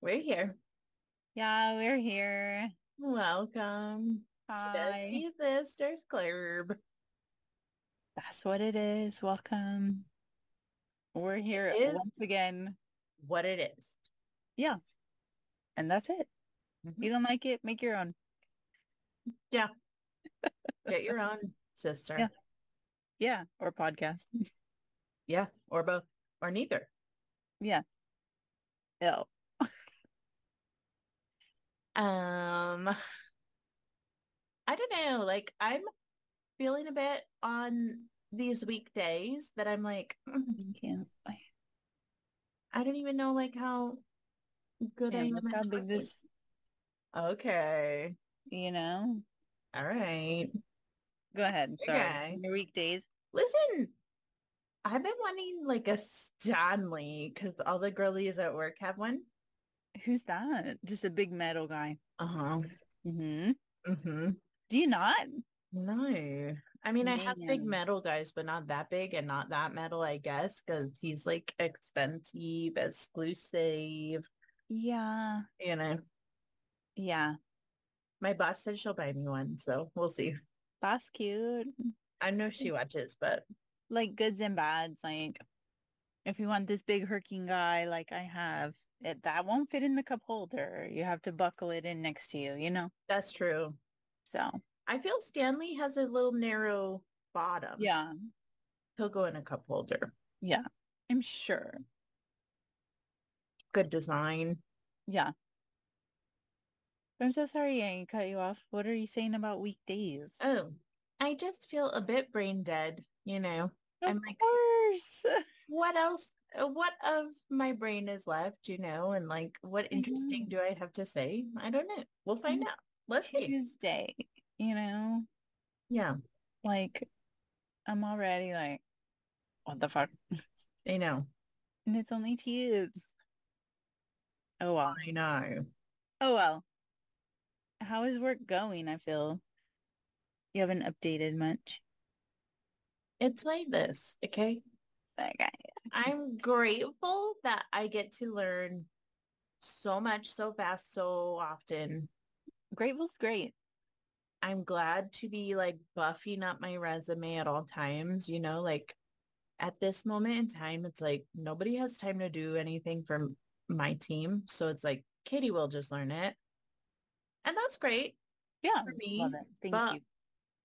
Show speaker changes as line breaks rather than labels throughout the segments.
We're here.
Yeah, we're here.
Welcome
Hi.
to the Sisters Club.
That's what it is. Welcome. We're here
It is.
once again.
What it is.
And that's it.
Mm-hmm.
You don't like it? Make your own.
Get your own sister.
Yeah. Yeah. Or podcast.
Yeah, Or both. Or neither.
No.
Um I don't know. Like I'm feeling a bit on these weekdays that I'm like, "Mm,
You can't.
I don't even know like how good I
Yeah,
am.
look
at
how big
talking."
this,
Okay.
you know.
All right.
Go ahead. Sorry.
Okay.
Your weekdays.
Listen, I've been wanting like a Stanley because all the girlies at work have one.
Who's that? Just a big metal guy.
Uh-huh.
hmm
Mm-hmm.
Do you not?
No. I mean, I have big
Man.
metal guys, but not that big and not that metal, I guess, because he's like expensive, exclusive,
Yeah.
you know.
Yeah.
My boss said she'll buy me one, so we'll see.
That's cute.
I know she
Yes.
watches, but
like goods and bads. Like if you want this big herking guy like I have, it, that won't fit in the cup holder. You have to buckle it in next to you, you know?
that's true.
So
I feel Stanley has a little narrow bottom.
yeah,
He'll go in a cup holder.
yeah, I'm sure.
Good design.
Yeah. I'm so sorry I cut you off. What are you saying about weekdays?
Oh, I just feel a bit brain dead, you know.
of
I'm like-
course.
What else? uh, What of my brain is left, you know, and like what interesting do I have to say? I don't know. We'll find
Mhm.
out. Let's see.
Tuesday, you know?
Yeah,
Like I'm already like, what the fuck?
I know.
And it's only Tuesdays. Oh well.
I know.
Oh well. How is work going? I feel you haven't updated much.
It's like this, okay?
Okay.
I'm grateful that I get to learn so much so fast so often.
Grateful's great.
I'm glad to be like buffing up my resume at all times, you know, like at this moment in time, it's like nobody has time to do anything from my team. So it's like Katie will just learn it. And that's great.
Yeah.
For
Love
me,
it. Thank
but-
you.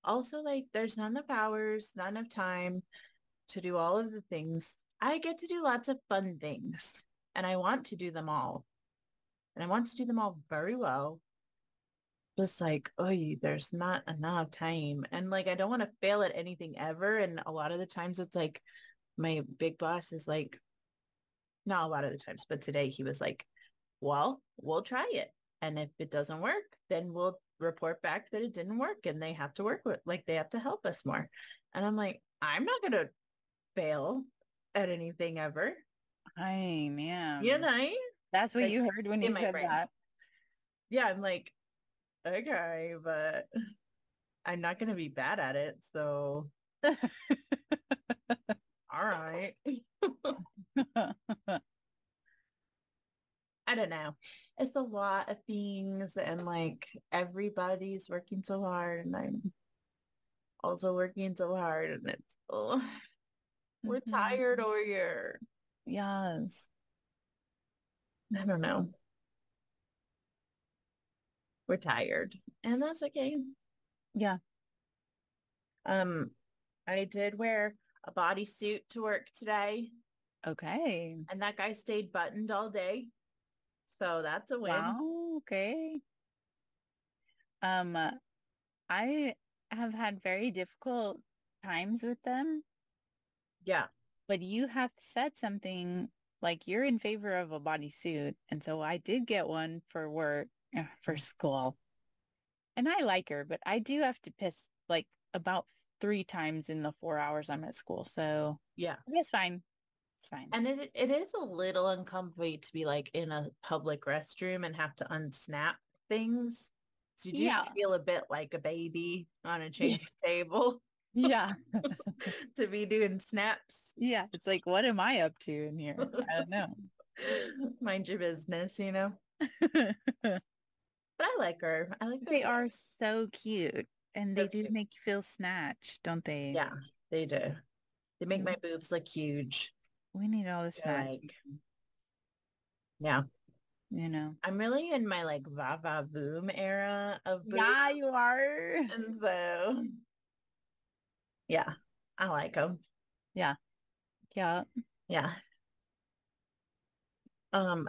Also, like there's not enough hours, not enough time to do all of the things. I get to do lots of fun things and I want to do them all. And I want to do them all very well. Just like, oh, there's not enough time. And like, I don't want to fail at anything ever. And a lot of the times it's like my big boss is like, not a lot of the times, but today he was like, well, we'll try it. And if it doesn't work, then we'll report back that it didn't work and they have to work with, like they have to help us more. And I'm like, I'm not going to fail at anything ever.
Hi, man.
You know?
That's what
like,
you heard when
in
you
my
said
brain.
that.
Yeah. I'm like, okay, but I'm not going to be bad at it. So all right. I don't know. It's a lot of things and like everybody's working so hard and I'm also working so hard and it's oh, we're
Mhm.
tired over here.
Yes.
I don't know. We're tired and that's okay.
Yeah.
Um, I did wear a bodysuit to work today
Okay.
and that guy stayed buttoned all day. So that's a win.
Wow. Okay. Um, uh, I have had very difficult times with them,
Yeah.
but you have said something like you're in favor of a bodysuit. And so I did get one for work, uh, for school. and I like her, but I do have to piss like about three times in the four hours I'm at school. So
Yeah.
it's fine. It's fine.
And it it is a little uncomfy to be like in a public restroom and have to unsnap things. So you do
Yeah.
feel a bit like a baby on a change table
yeah.
to be doing snaps.
Yeah. It's like, what am I up to in here? I don't know.
Mind your business, you know? But I like her. I like
they
her.
are so cute and
So
they do
cute.
make you feel snatched, don't they?
Yeah, they do. They make my boobs look huge.
We need all the
They're
snatch,
Like, yeah,
you know.
I'm really in my like va va boom era of boobs.
you are.
And so, yeah, I like them.
Yeah.
Yeah. Um,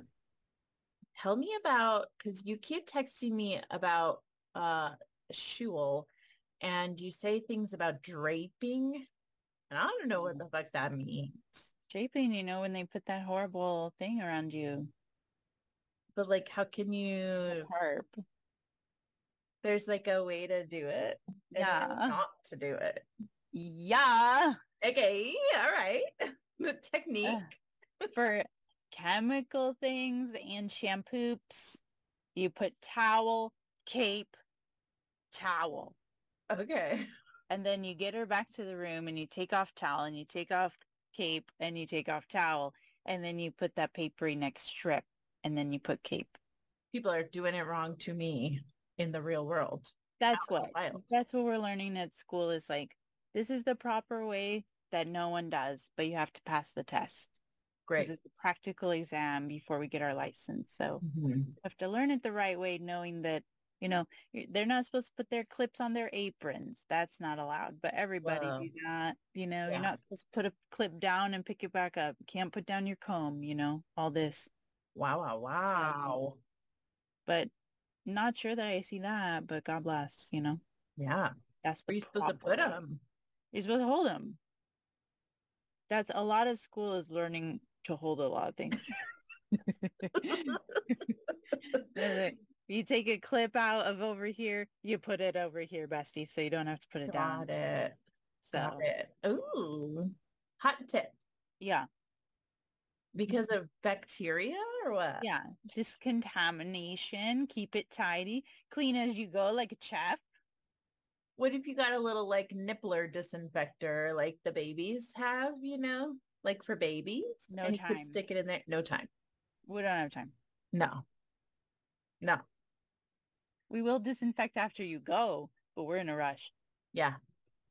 tell me about because you keep texting me about uh shul, and you say things about draping, and I don't know what the fuck that means.
Draping, you know, when they put that horrible thing around you.
But like, how can
the
you?
tarp.
There's like a way to do it, and then
Yeah.
not to do it.
Yeah.
Okay, all right. The technique.
For chemical things and shampoops, you put towel, cape, towel.
Okay.
And then you get her back to the room and you take off towel and you take off cape and you take off towel. And then you put that papery next strip and then you put cape.
People are doing it wrong to me in the real world.
That's
out in
what
the wild.
that's what we're learning at school is like this is the proper way that no one does, but you have to pass the test.
Great.
This is the practical exam before we get our license. So
Mhm.
you have to learn it the right way, knowing that, you know, y- they're not supposed to put their clips on their aprons. That's not allowed. But everybody
Whoa.
do not, you know,
Yeah.
you're not supposed to put a clip down and pick it back up. You can't put down your comb, you know, all this.
Wow, wow, wow.
But not sure that I see that, but God bless, you know,
Yeah.
that's the
Where are you supposed to
proper
put
way.
them?
You're supposed to hold them. That's a lot of school is learning to hold a lot of things. They're like, you take a clip out of over here, you put it over here, bestie, so you don't have to put it down.
Got it.
So
Got it. Ooh. Hot tip.
yeah,
Because of bacteria or what?
yeah, just contamination. Keep it tidy, clean as you go, like a chef.
What if you got a little like nippler disinfector like the babies have, you know, like for babies?
No
and You
time.
could stick it in there. No time.
We don't have time.
No. No.
We will disinfect after you go, but we're in a rush.
Yeah.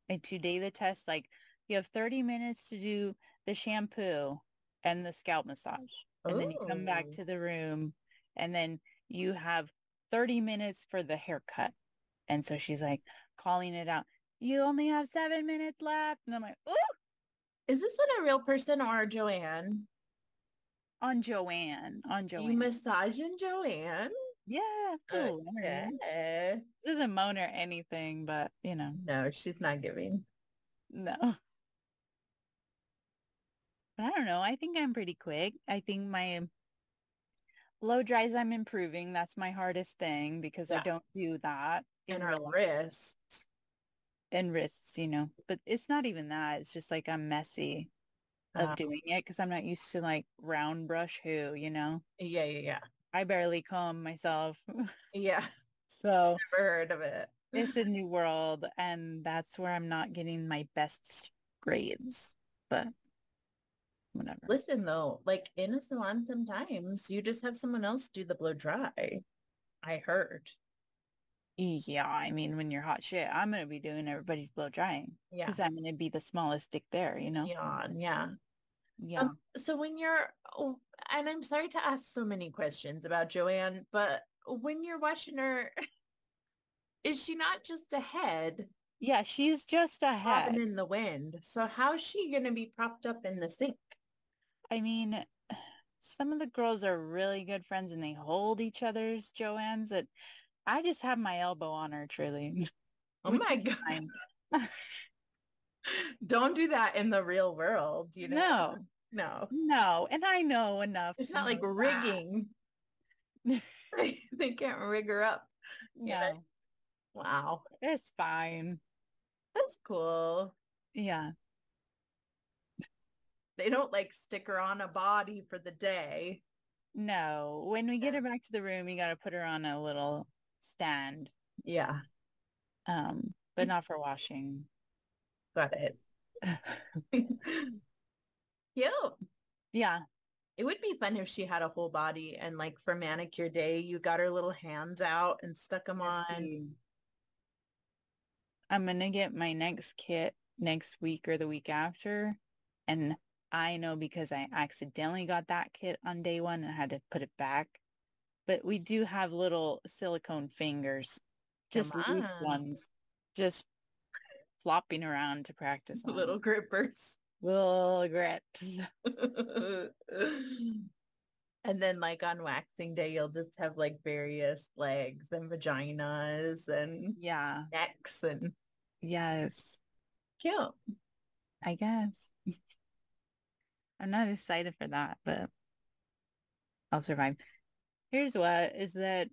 and today the test like you have 30 minutes to do the shampoo and the scalp massage and then you come back
Ooh.
to the room and then you have 30 minutes for the haircut and so she's like calling it out you only have seven minutes left and i'm like oh
Is this on a real person or Joanne?
on joanne on joanne
You massaging Joanne?
yeah cool
Okay.
doesn't moan or anything but you know
No, she's not giving.
No. But I don't know. I think I'm pretty quick. I think my low dries I'm improving. That's my hardest thing because I
Yeah.
don't do that
And
in
her
real life
wrists.
and wrists, you know. But it's not even that. It's just like I'm messy of
Uh,
doing it because I'm not used to like round brush who, you know.
yeah, yeah,
I barely comb myself.
yeah. Yeah.
so
Never heard of it.
it's a new world and that's where I'm not getting my best grades. But whatever.
Listen though, like in a salon sometimes you just have someone else do the blow dry. I heard.
E, Yeah, I mean, when you're hot shit, I'm gonna be doing everybody's blow drying
Yeah.
because I'm gonna be the smallest dick there, you know?
Yawn. Yeah.
Yeah.
Um, so when you're, oh, and I'm sorry to ask so many questions about Joanne, but when you're watching her, is she not just a head
yeah, she's just a
bobbing
head.
in the wind? So how's she going to be propped up in the sink?
I mean, some of the girls are really good friends and they hold each other's Joanne's that I just have my elbow on her truly.
Oh
which
my
is
God.
fine.
Don't do that in the real world. You know? No.
No, no. And I know enough.
It's
to
not like
know that.
rigging. they can't rig her up. you know?
No,
Wow.
it's fine.
That's cool.
Yeah.
They don't like stick her on a body for the day.
No, when we get
Yeah.
her back to the room, you gotta put her on a little stand.
Yeah.
um, but not for washing.
Got it. Cute.
yeah,
It would be fun if she had a whole body and like for manicure day, you got her little hands out and stuck them on.
I'm going to get my next kit next week or the week after. And I know because I accidentally got that kit on day one and had to put it back. But we do have little silicone fingers, just
Come
loose
on.
ones, just flopping around to practice. on.
Little grippers.
little grips.
and then like on waxing day, you'll just have like various legs and vaginas and
Yeah.
necks and
Yes.
cute.
I guess. I'm not excited for that, but I'll survive. Here's what is that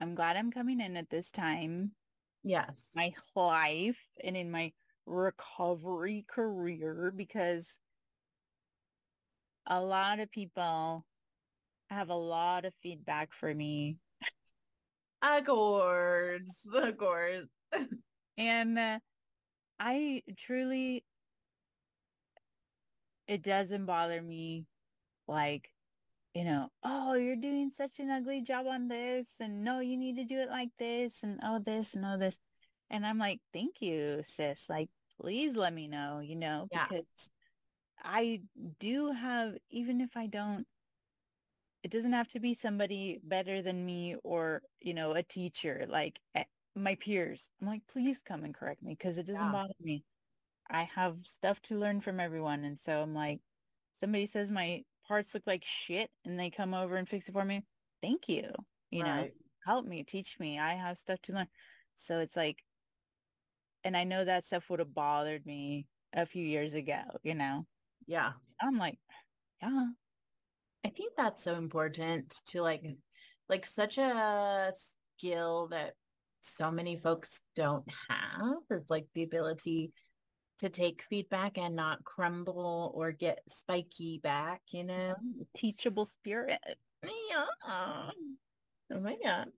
I'm glad I'm coming in at this time.
Yes.
My life and in my recovery career because a lot of people have a lot of feedback for me
Of course. Of course.
And uh, I truly, it doesn't bother me. Like, you know, oh, you're doing such an ugly job on this. And no, you need to do it like this. And oh, this and oh, this. And I'm like, thank you, sis. Like, please let me know, you know,
Yeah.
because I do have, even if I don't, it doesn't have to be somebody better than me or, you know, a teacher. Like, eh, my peers. I'm like, please come and correct me because it doesn't
Yeah.
bother me. I have stuff to learn from everyone. And so I'm like, somebody says my parts look like shit and they come over and fix it for me. Thank you. You know,
Right.
help me, teach me. I have stuff to learn. So it's like, and I know that stuff would have bothered me a few years ago, you know,
Yeah.
I'm like, yeah,
I think that's so important to like like such a skill that so many folks don't have is like the ability to take feedback and not crumble or get spiky back, you know?
teachable spirit.
Yeah. Oh my God.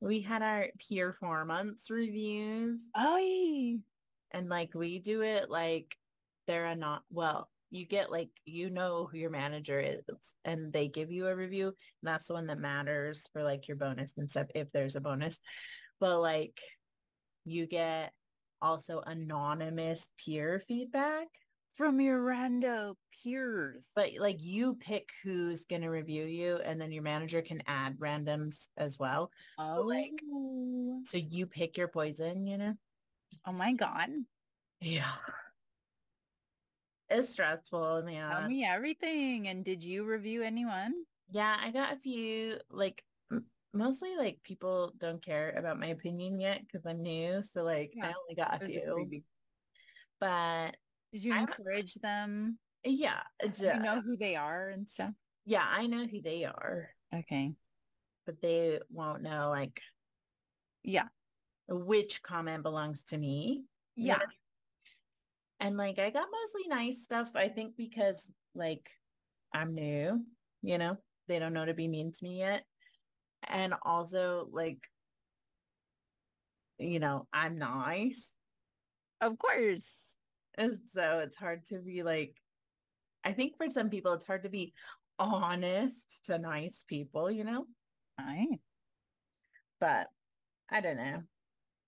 We had our peer four months reviews
Oh,
and like we do it like they're a not well, you get like you know who your manager is and they give you a review and that's the one that matters for like your bonus and stuff if there's a bonus. But like you get also anonymous peer feedback.
from your rando peers.
But like you pick who's going to review you and then your manager can add randoms as well.
Oh,
like- So you pick your poison, you know?
oh my God.
Yeah. It's stressful, man.
Tell me everything. And did you review anyone?
Yeah, I got a few like m- mostly like people don't care about my opinion yet because I'm new. So like
Yeah,
I only got a
It was a
few,
freebie.
but
Did you
I'm-
encourage them?
yeah, it's,
Do you
uh,
know who they are and stuff?
yeah, I know who they are,
Okay.
but they won't know like
Yeah.
which comment belongs to me. You know
Yeah.
what I mean? And like I got mostly nice stuff, I think because like I'm new, you know, they don't know to be mean to me yet. And also like, you know, Oh, I'm nice.
Of course.
And so it's hard to be like, I think for some people, it's hard to be honest to nice people, you know,
I
but I don't know.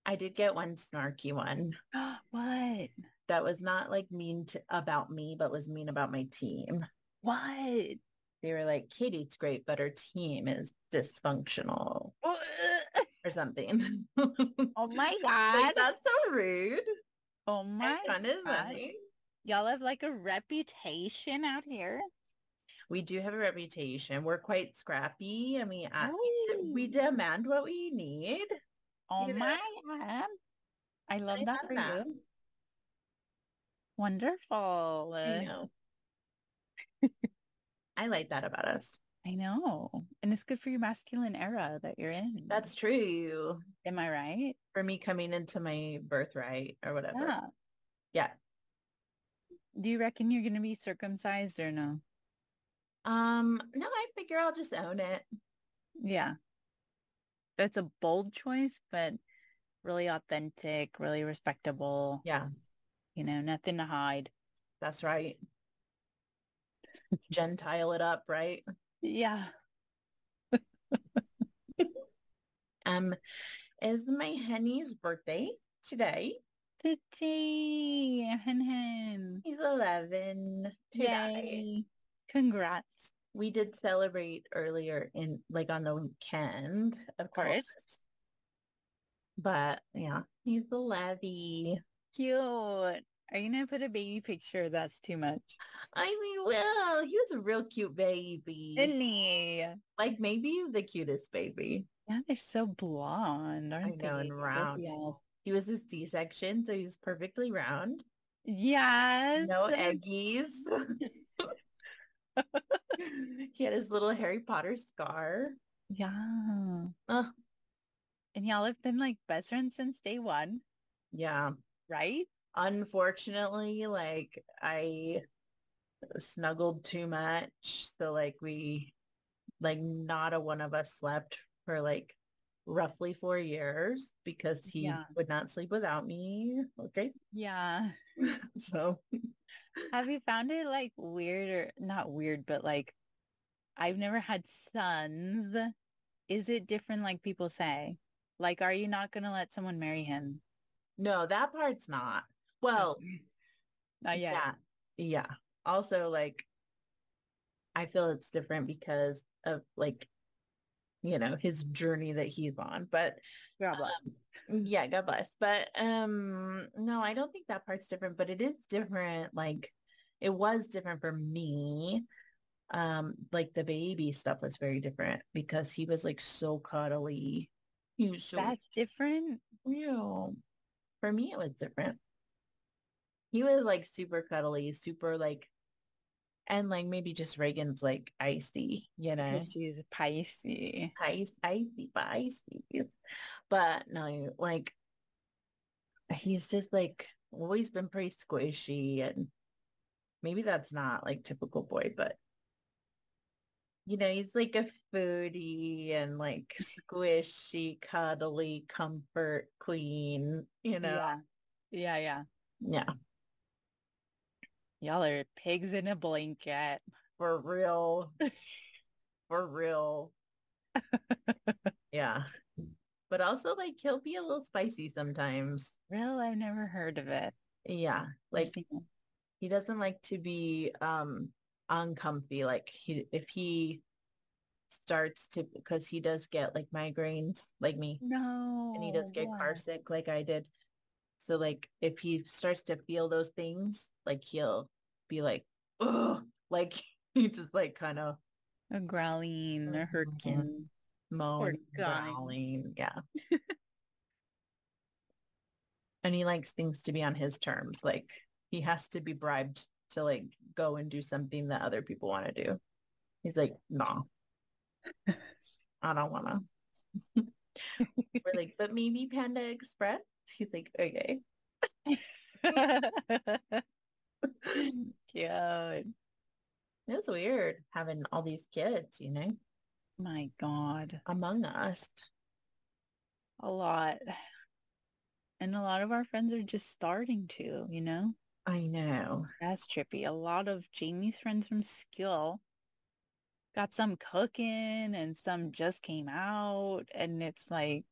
I did get one snarky one
what?
that was not like mean to, about me, but was mean about my team.
What?
They were like, Katie's great, but her team is dysfunctional or something.
uh, Oh my
Like,
God.
that's so rude.
Oh my.
That's kind of
God.
funny.
Y'all have like a reputation out here.
We do have a reputation. We're quite scrappy and we, act, we
Ooh.
demand what we need.
Oh
You know,
my God. I love
I
that
love
for
that.
you. Wonderful.
I know. I like that about us.
I know. And it's good for your masculine era that you're in.
That's true.
Am I right?
For me coming into my birthright or whatever.
Yeah.
Yeah.
Do you reckon you're going to be circumcised or no?
Um, no, I figure I'll just own it.
Yeah. That's a bold choice, but really authentic, really respectable,
Yeah,
you know, nothing to hide.
that's right. Gentile it up, right?
Yeah.
Um, is my Henny's birthday today?
Today, hen hen.
He's 11 today.
Yay. Congrats.
We did celebrate earlier in like on the weekend, of,
course.
But yeah, he's a levy.
Cute. Are you going to put a baby picture? That's too much.
I mean, well, he was a real cute baby.
Sydney.
like maybe the cutest baby.
Yeah, they're so blonde, aren't they?
know, and round.
Yes.
He was a C-section, so he was perfectly round.
Yes.
No eggies. he had his little Harry Potter scar.
Yeah.
Ugh.
And y'all have been like best friends since day one,
Yeah.
right?
Unfortunately, like I snuggled too much. So like we like not a one of us slept for like roughly four years because he
Yeah.
would not sleep without me. Okay.
Yeah.
So
Have you found it like weird or not weird, but like I've never had sons. Is it different like people say? Like, are you not going to let someone marry him? mm,
no, that part's not. Well,
Not yet.
Yeah. Yeah. Also, like, I feel it's different because of like, you know, his journey that he's on. But
God bless.
Um, yeah, God bless. But um, no, I don't think that part's different, but it is different. Like, it was different for me. Um, like the baby stuff was very different because he was like so cuddly. He was so
That's different.
Ew. For me, it was different. He was like super cuddly, super like, and like maybe just Reagan's like icy, you know,
'cause She's a Pisces.
ice, icy, icy. But no, like he's just like always been pretty squishy, and maybe that's not like typical boy, but you know, he's like a foodie and like squishy, cuddly, comfort queen, you know.
Yeah. Yeah. Yeah.
Yeah,
Y'all are pigs in a blanket.
for real. for real. yeah. But also like he'll be a little spicy sometimes.
Real, I've never heard of it.
Yeah.
I've
Like
seen it.
he doesn't like to be um uncomfy. Like he if he starts to because he does get like migraines like me
no.
and he does get
why?
car sick like I did. So like if he starts to feel those things, like he'll be like, oh, like he just like kind of
A growling, a
Mhm.
herkin.
moan,
guy.
growling. Yeah. and he likes things to be on his terms. Like he has to be bribed to like go and do something that other people want to do. He's like, no, I don't want to. We're like, but maybe Panda Express. He's like, okay.
Cute.
It's weird having all these kids, you know,
My God.
among us.
A lot. And a lot of our friends are just starting to, you know?
I know.
That's trippy. A lot of Jamie's friends from Skill got some cooking and some just came out. And it's like,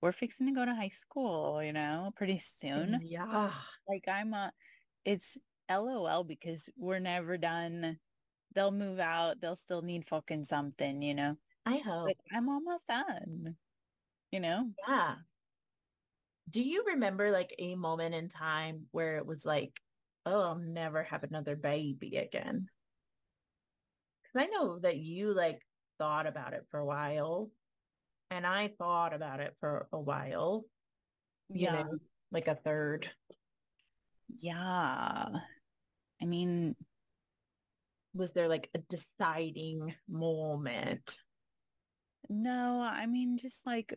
we're fixing to go to high school, you know, pretty soon.
Yeah.
Like I'm a, it's LOL because we're never done. They'll move out. They'll still need fucking something, you know.
I hope.
But I'm almost done, you know.
Yeah. Do you remember like a moment in time where it was like, oh, I'll never have another baby again? Because I know that you like thought about it for a while and I thought about it for a while, you
Yeah.
know, like a third.
Yeah. I mean,
Was there like a deciding moment?
no, I mean, just like,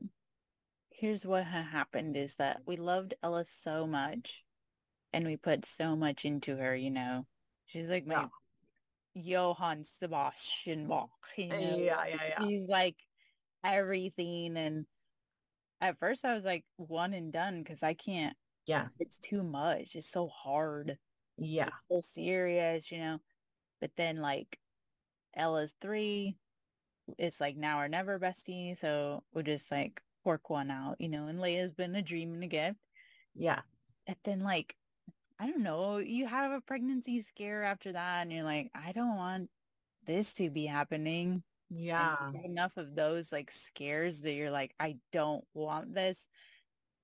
here's what ha- happened is that we loved Ella so much and we put so much into her, you know. She's like my Johann Sebastian Bach, you know.
Eh, Yeah, yeah, yeah.
She's like everything. And at first I was like one and done because I can't.
Yeah.
It's too much. It's so hard.
Yeah.
It's so serious, you know. But then like Ella's three, it's like now or never bestie. So we'll just like work one out, you know, and Leia's been a dream and a gift.
Yeah.
And then like, I don't know, you have a pregnancy scare after that and you're like, I don't want this to be happening.
Yeah.
And you have enough of those like scares that you're like, I don't want this.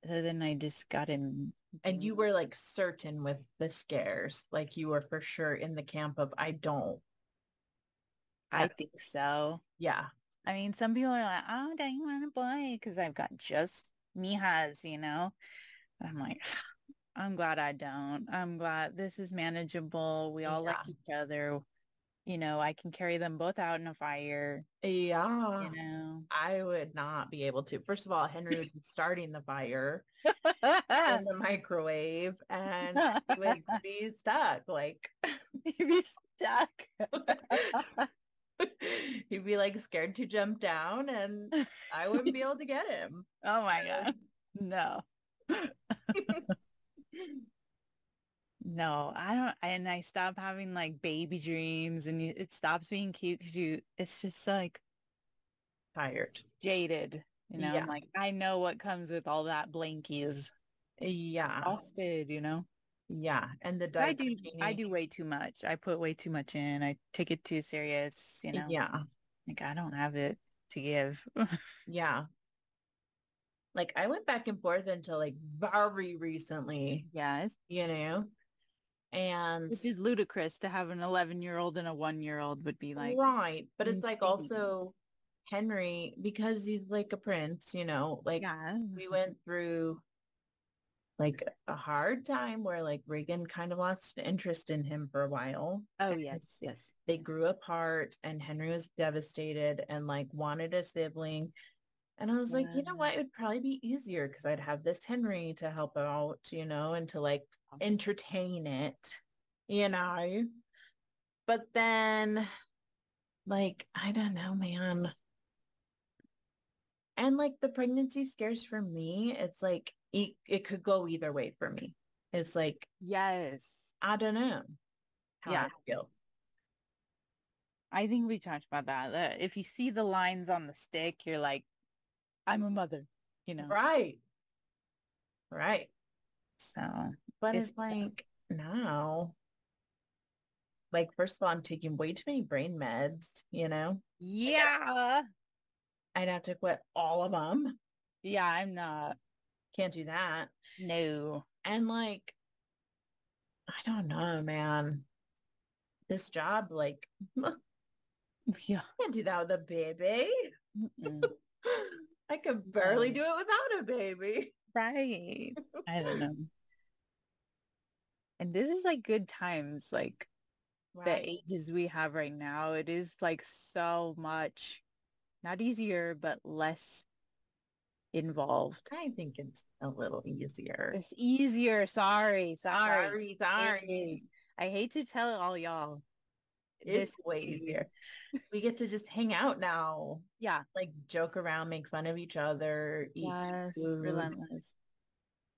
So then I just got in.
And you were like certain with the scares, like you were for sure in the camp of I don't.
I think so.
Yeah.
I mean, some people are like, oh, don't you want a boy? Because I've got just Mihas, you know? And I'm like, I'm glad I don't. I'm glad this is manageable. We all like each other. You know, I can carry them both out in a fire,
Yeah.
you know?
I would not be able to. First of all, Henry would be starting the fire in the microwave and he would be stuck. Like
You'd be stuck.
he'd be like scared to jump down and I wouldn't be able to get him.
Oh my God. No. No, I don't. And I stop having like baby dreams and you- it stops being cute because you, it's just like
Tired.
jaded. You know,
Yeah.
I'm like, I know what comes with all that blankies.
Yeah.
Oh. Exhausted, you know?
Yeah. And the
I do, I
Daiquiri.
do way too much. I put way too much in. I take it too serious, you know?
Yeah.
Like I don't have it to give.
Yeah. Like I went back and forth until like very recently,
yes.
you know, and
Which is ludicrous to have an 11 year old and a one year old would be like,
right. But it's like
insane.
also Henry, because he's like a prince, you know, like
yeah.
we went through like a hard time where like Reagan kind of lost an interest in him for a while.
Oh,
and
yes. Yes.
They grew apart and Henry was devastated and like wanted a sibling. And I was like, you know
Yeah.
what? It would probably be easier because I'd have this Henry to help out, you know, and to like entertain it, you know. But then like, I don't know, man. And like the pregnancy scares for me, it's like it, it could go either way for me. It's like,
Yes.
I don't know how
Yeah.
I feel.
I think we talked about that. that If you see the lines on the stick, you're like, I'm a mother, you know?
Right. Right.
So
But
It's
it's, like now, like first of all, I'm taking way too many brain meds, you know?
yeah.
I'd have to quit all of them.
Yeah, I'm not.
Can't do that.
No.
And like, I don't know, man. This job, like,
Yeah.
can't do that with a baby.
Mm-mm.
I could barely
Right.
do it without a baby.
right. I don't know. And this is like good times, like
Right.
the ages we have right now. It is like so much, not easier, but less involved.
I think it's a little easier.
It's easier. Sorry. Sorry.
Sorry,
It
sorry.
is. I hate to tell all y'all.
It's
this
way
is
easier. We get to just hang out now,
Yeah.
like joke around, make fun of each other. Eat.
Yes.
food.
Relentless.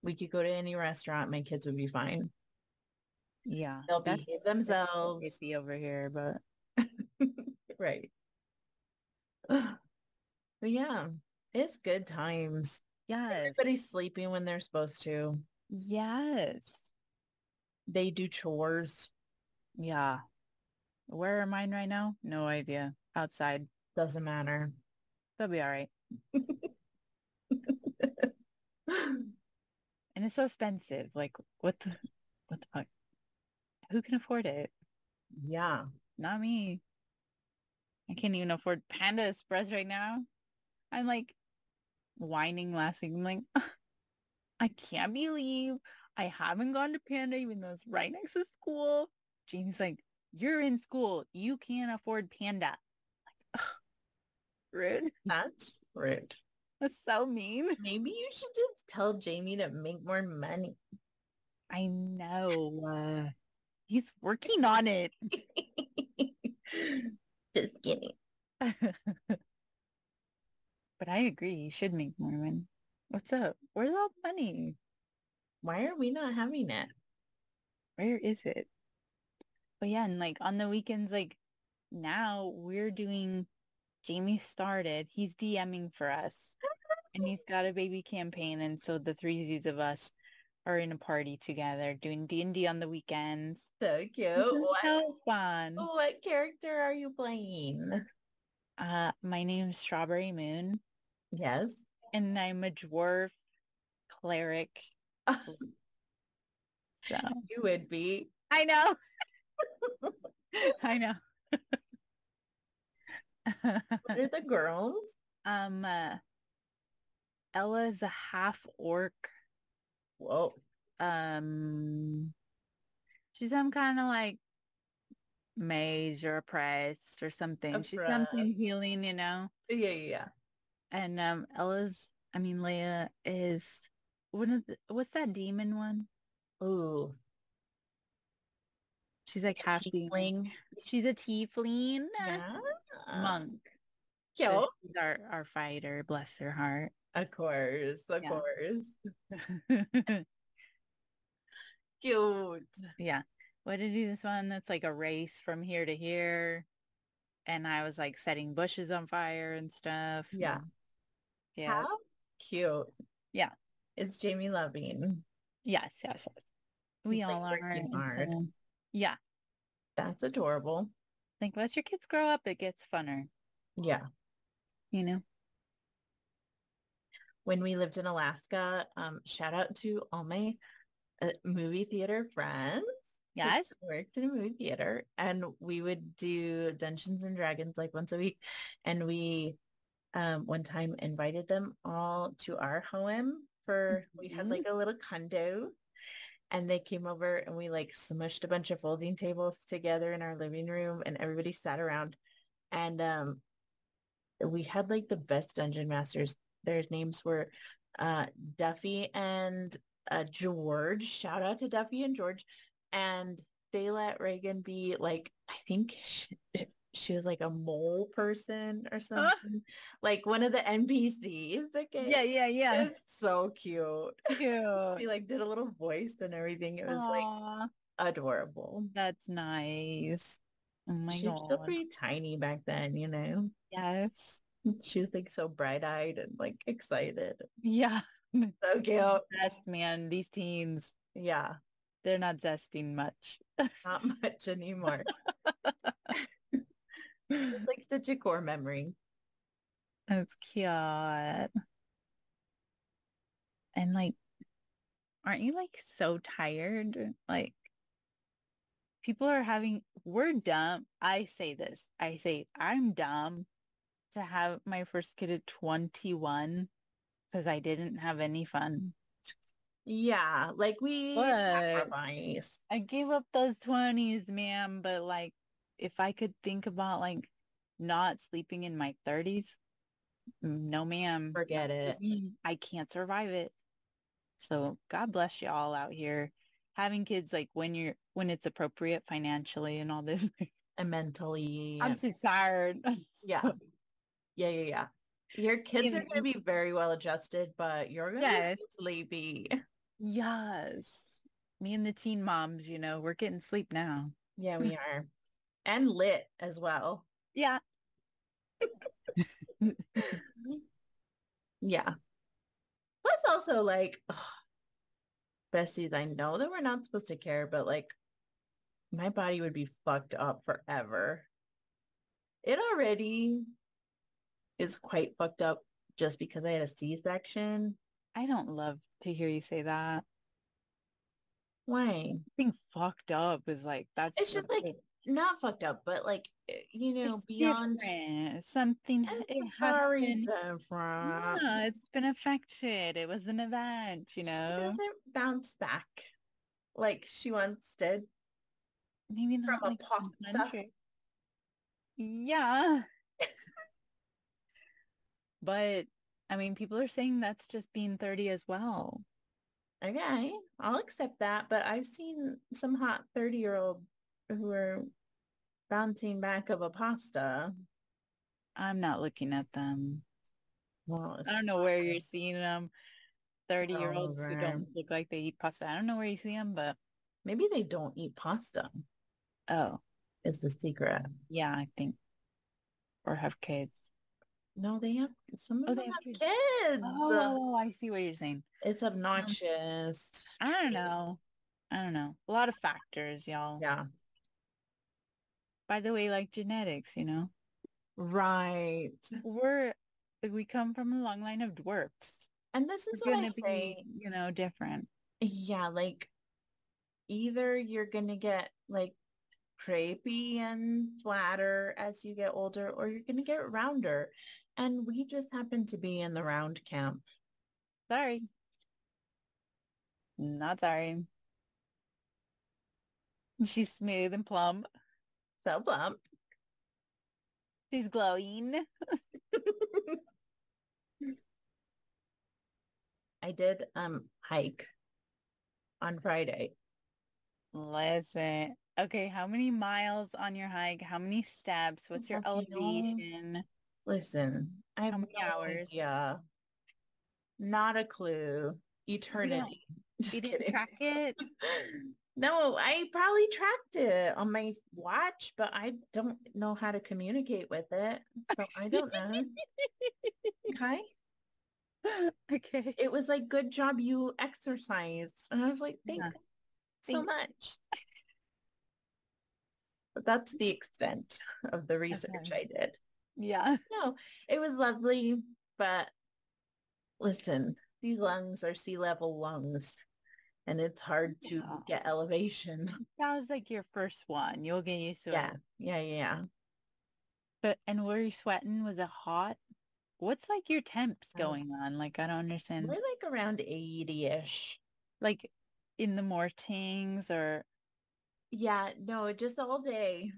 We could go to any restaurant. My kids would be fine.
Yeah.
They'll
That's
behave
that's so
themselves.
iffy over here, but
right. but yeah, it's good times.
yes.
Everybody's sleeping when they're supposed to.
Yes.
They do chores.
Yeah. Where are mine right now? No idea. Outside.
Doesn't matter.
They'll be all right. And it's so expensive. Like what the what the fuck? Who can afford it?
yeah.
Not me. I can't even afford Panda Express right now. I'm like whining last week. I'm like, I can't believe I haven't gone to Panda even though it's right next to school. Jamie's like, you're in school. You can't afford Panda. Like, rude.
That's rude.
That's so mean.
Maybe you should just tell Jamie to make more money.
I know. Uh, he's working on it.
just kidding.
but I agree. You should make more money. What's up? Where's all the money?
Why are we not having it?
Where is it? But yeah, and like on the weekends, like now we're doing Jamie started. He's DMing for us. and he's got a baby campaign. And so the threesies of us are in a party together doing D&D on the weekends.
So cute.
This is
What,
so fun.
what character are you playing?
Uh, my name's Strawberry Moon
Yes.
and I'm a dwarf cleric.
Oh.
So
You would be.
I know. I know.
What are the girls?
um uh, Ella's a half orc.
Whoa.
Um she's some kind of like mage or oppressed or something. She's something healing, you know.
Yeah, yeah, yeah.
And um Ella's I mean Leia is one of the, what's that demon one?
Ooh.
She's like half demon.
Tiefling.
She's a tiefling
Yeah. Ah.
monk.
Cute.
So she's our, our fighter, bless her heart.
Of course. Of
Yeah.
course. Cute.
yeah. What did do this one that's like a race from here to here? And I was like setting bushes on fire and stuff.
Yeah.
and- Yeah.
How cute.
Yeah.
It's Jamie Loving.
Yes, yes, yes. We
like,
all are.
working
and
hard.
so- yeah.
That's adorable.
Like let your kids grow up, it gets funner,
Yeah.
you know?
when we lived in Alaska. Um, shout out to all my uh, movie theater friends. 'cause
Yes.
I Worked in a movie theater and we would do Dungeons and Dragons like once a week. And we um, one time invited them all to our home for, we had
Mhm.
like a little condo and they came over and we like smushed a bunch of folding tables together in our living room and everybody sat around and um, we had like the best dungeon masters. Their names were uh, Duffy and uh, George. Shout out to Duffy and George. And they let Reagan be like, I think she, she was like a mole person or something, like one of the NPCs. Okay.
Yeah, yeah, yeah.
It's so cute. We
Cute.
like did a little voice and everything. It was like
Aw,
adorable.
that's nice. Oh my
She's
god.
still pretty tiny back then, you know?
yes.
She was like so bright-eyed and like excited.
Yeah.
So cute.
Zest, man. These teens,
Yeah,
they're not zesting much.
not much anymore. It's like such a core memory.
That's cute. And like, aren't you like so tired? Like people are having, we're dumb. I say this. I say I'm dumb to have my first kid at 21 because I didn't have any fun.
Yeah, like we
But-
sacrifice.
I gave up those 20s, ma'am, but like if I could think about like not sleeping in my 30s, no ma'am.
Forget it.
Mm, I can't survive it. So God bless you all out here having kids like when you're when it's appropriate financially and all this.
And mentally.
I'm
and-
too tired.
yeah. Yeah, yeah, yeah. Your kids
In-
are going to be very well adjusted, but you're going to
Yes.
be sleepy.
Yes. Me and the teen moms, you know, we're getting sleep now.
Yeah, we are. And lit as well.
Yeah.
Mm-hmm. Yeah. Plus also like besties, I know that we're not supposed to care, but like my body would be fucked up forever. It already is quite fucked up just because I had a C-section.
I don't love to hear you say that.
Why?
Being fucked up is like that's
It's just like not fucked up, but like, eh, you know,
it's
beyond
different. something
I'm
it has
sorry,
been,
Deborah.
yeah, it's been affected. It was an event,
She
you know.
doesn't bounce back like she once did.
Maybe not
a
like
pasta.
concentric. Yeah. but I mean, people are saying that's just being 30 as well.
Okay, I'll accept that, but I've seen some hot 30 year old who are bouncing back of a pasta.
I'm not looking at them.
Well,
I don't know where you're seeing them.
Oh,
30 year olds who
Over.
don't look like they eat pasta. I don't know where you see them, but
maybe they don't eat pasta.
Oh,
is the secret.
yeah, I think. Or have kids.
No, they have some of
Oh,
them
they have
have kids.
Oh, I see what you're saying.
It's obnoxious.
I don't know. I don't know. A lot of factors, y'all.
Yeah.
By the way, like genetics, you know,
Right.
we're, we come from a long line of dwarfs.
And this is
We're
what
going
I
to
say.
be, you know, different.
Yeah, like either you're gonna get like crepey and flatter as you get older, or you're gonna get rounder. And we just happen to be in the round camp.
Sorry. Not sorry. She's smooth and plump.
So bump.
She's glowing.
I did um hike on Friday.
Listen. Okay, how many miles on your hike? How many steps? What's your
Oh, you know,
elevation?
Listen, I have
How many
no
hours?
idea. Not a clue. Eternity. Just
You didn't
kidding.
track it?
No, I probably tracked it on my watch, but I don't know how to communicate with it. So I don't know. Okay.
okay.
It was like, good job you exercised. And I was like, thank
Yeah.
you so
Thank-
much. But that's the extent of the research I did.
Yeah.
No, it was lovely, but listen, these lungs are sea level lungs and it's hard to
Yeah.
get elevation.
That was like your first one. You'll get used to
Yeah,
it.
yeah, yeah, yeah.
But and were you sweating? Was it hot? What's like your temps
Oh.
going on? Like I don't understand.
We're like around 80-ish.
Like in the mortings or
Yeah, no, just all day,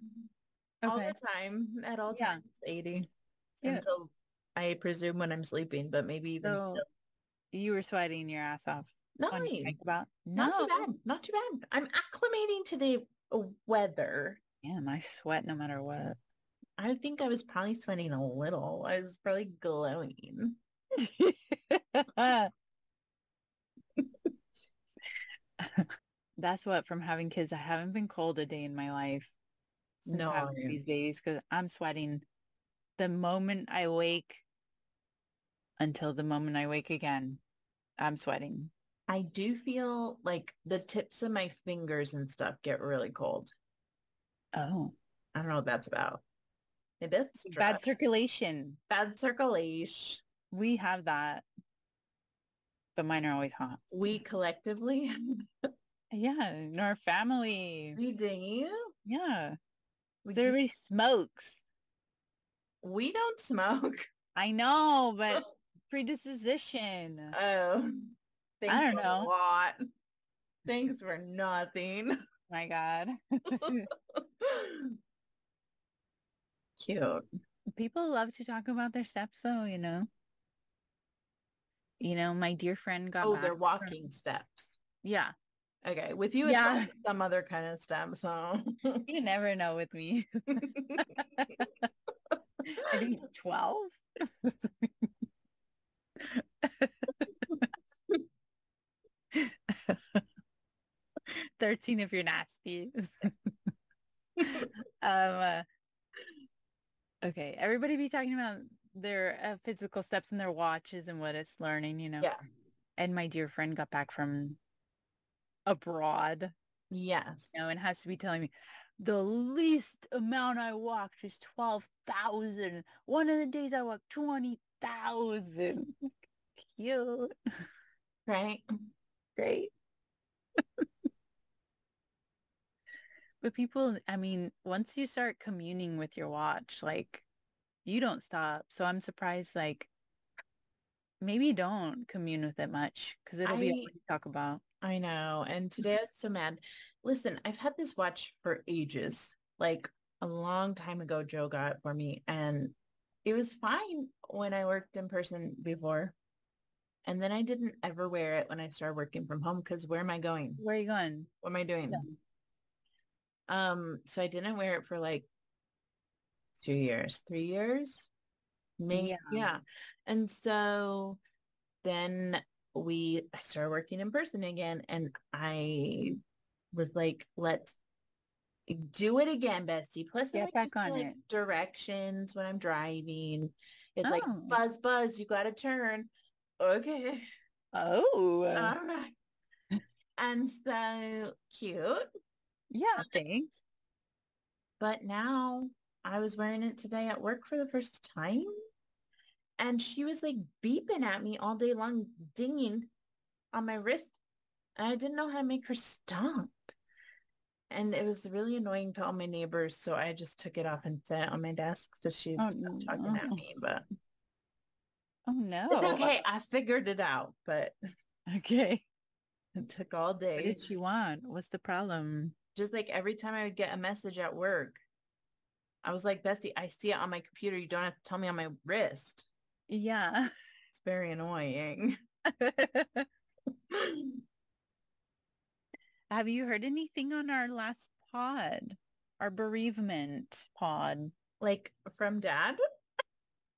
all
okay.
the time, at all
Yeah.
times, 80.
Yeah.
Until I presume when I'm sleeping, but maybe even
So you were sweating your ass off
still.
on your
Nice.
hike about
Not
no
too bad. Not too bad. I'm acclimating to the uh, weather.
damn I sweat no matter what.
I think I was probably sweating a little. I was probably glowing.
That's what from having kids, I haven't been cold a day in my life since
No,
having
yeah.
these babies because I'm sweating the moment I wake until the moment I wake again. I'm sweating.
I do feel like the tips of my fingers and stuff get really cold.
Oh,
I don't know what that's about. Maybe that's
bad
stress,
circulation.
bad circulation.
We have that, but mine are always hot.
We collectively,
Yeah, in our family.
we do.
Yeah,
We,
So everybody smokes.
we don't smoke.
I know, but predisposition.
Oh, thanks
don't
a
know.
lot. Thanks for nothing.
Oh my God.
Cute.
People love to talk about their steps though, you know. You know, my dear friend got
Oh,
back
they're
from-
walking steps.
Yeah.
Okay, with you, it's
Yeah.
like some other kind of stem. So
You never know with me. I think 12. Thirteen if you're nasty. um uh, okay. Everybody be talking about their uh, physical steps and their watches and what it's learning, you know.
Yeah.
And my dear friend got back from abroad
yes,
know, and has to be telling me the least amount I walked is 12,000. One of the days I walked 20,000. Cute.
right?
Great. but people, I mean, once you start communing with your watch, like you don't stop. So I'm surprised, like, maybe don't commune with it much because it'll be a
I-
lot to talk about.
I know. And today I was so mad. Listen, I've had this watch for ages. Like a long time ago, Joe got it for me, and it was fine when I worked in person before. And then I didn't ever wear it when I started working from home because where am I going?
Where are you going?
What am I doing? Um, so I didn't wear it for like two years, three years, maybe.
Yeah.
Yeah. And so then we, I started working in person again and I was like, let's do it again, bestie. Plus, I
Get
like to
back
do,
on
like,
it.
directions when I'm driving. It's like
Oh.
buzz, buzz. You got to turn. Okay,
Oh,
all right. And so cute.
yeah. Thanks.
But now I was wearing it today at work for the first time. And she was like beeping at me all day long, dinging on my wrist. And I didn't know how to make her stop. And it was really annoying to all my neighbors. So I just took it off and set it on my desk. So she
Oh,
stopped talking at
no.
me. But
Oh no.
it's okay. I figured it out. But
Okay.
it took all
What
day.
did she want? What's the problem?
just like every time I would get a message at work, I was like, Bestie, I see it on my computer. You don't have to tell me on my wrist.
Yeah.
It's very annoying.
Have you heard anything on our last pod, our bereavement pod
like from dad?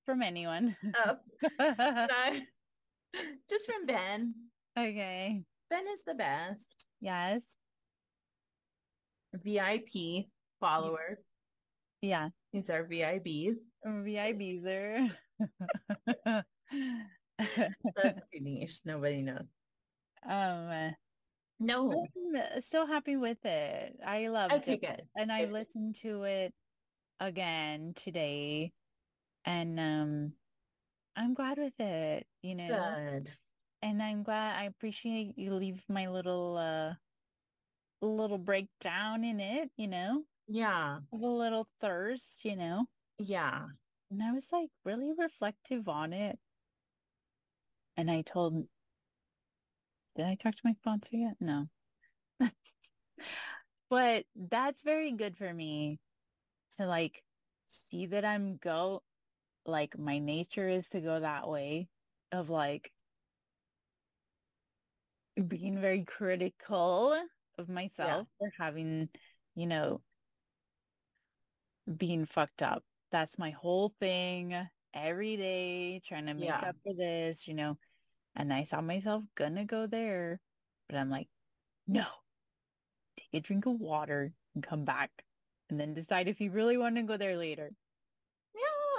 from anyone?
Oh, no. Just from Ben.
okay.
Ben is the best.
Yes.
VIP follower.
Yeah.
He's our VIBs.
VIBs are.
That's too niche. Nobody knows.
um,
No.
I'm so happy with it. I loved it.
Okay, good.
and I
Good.
listened to it again today and um I'm glad with it, you know.
Good.
And I'm glad I appreciate you leave my little uh little breakdown in it, you know,
Yeah.
of a little thirst, you know.
Yeah.
And I was like really reflective on it. And I told, did I talk to my sponsor yet? No. but that's very good for me to like see that I'm go, like my nature is to go that way of like being very critical of myself for having, you know, being fucked up that's my whole thing every day trying to make
Yeah.
up for this you know and i saw myself gonna go there but i'm like no take a drink of water and come back and then decide if you really want to go there later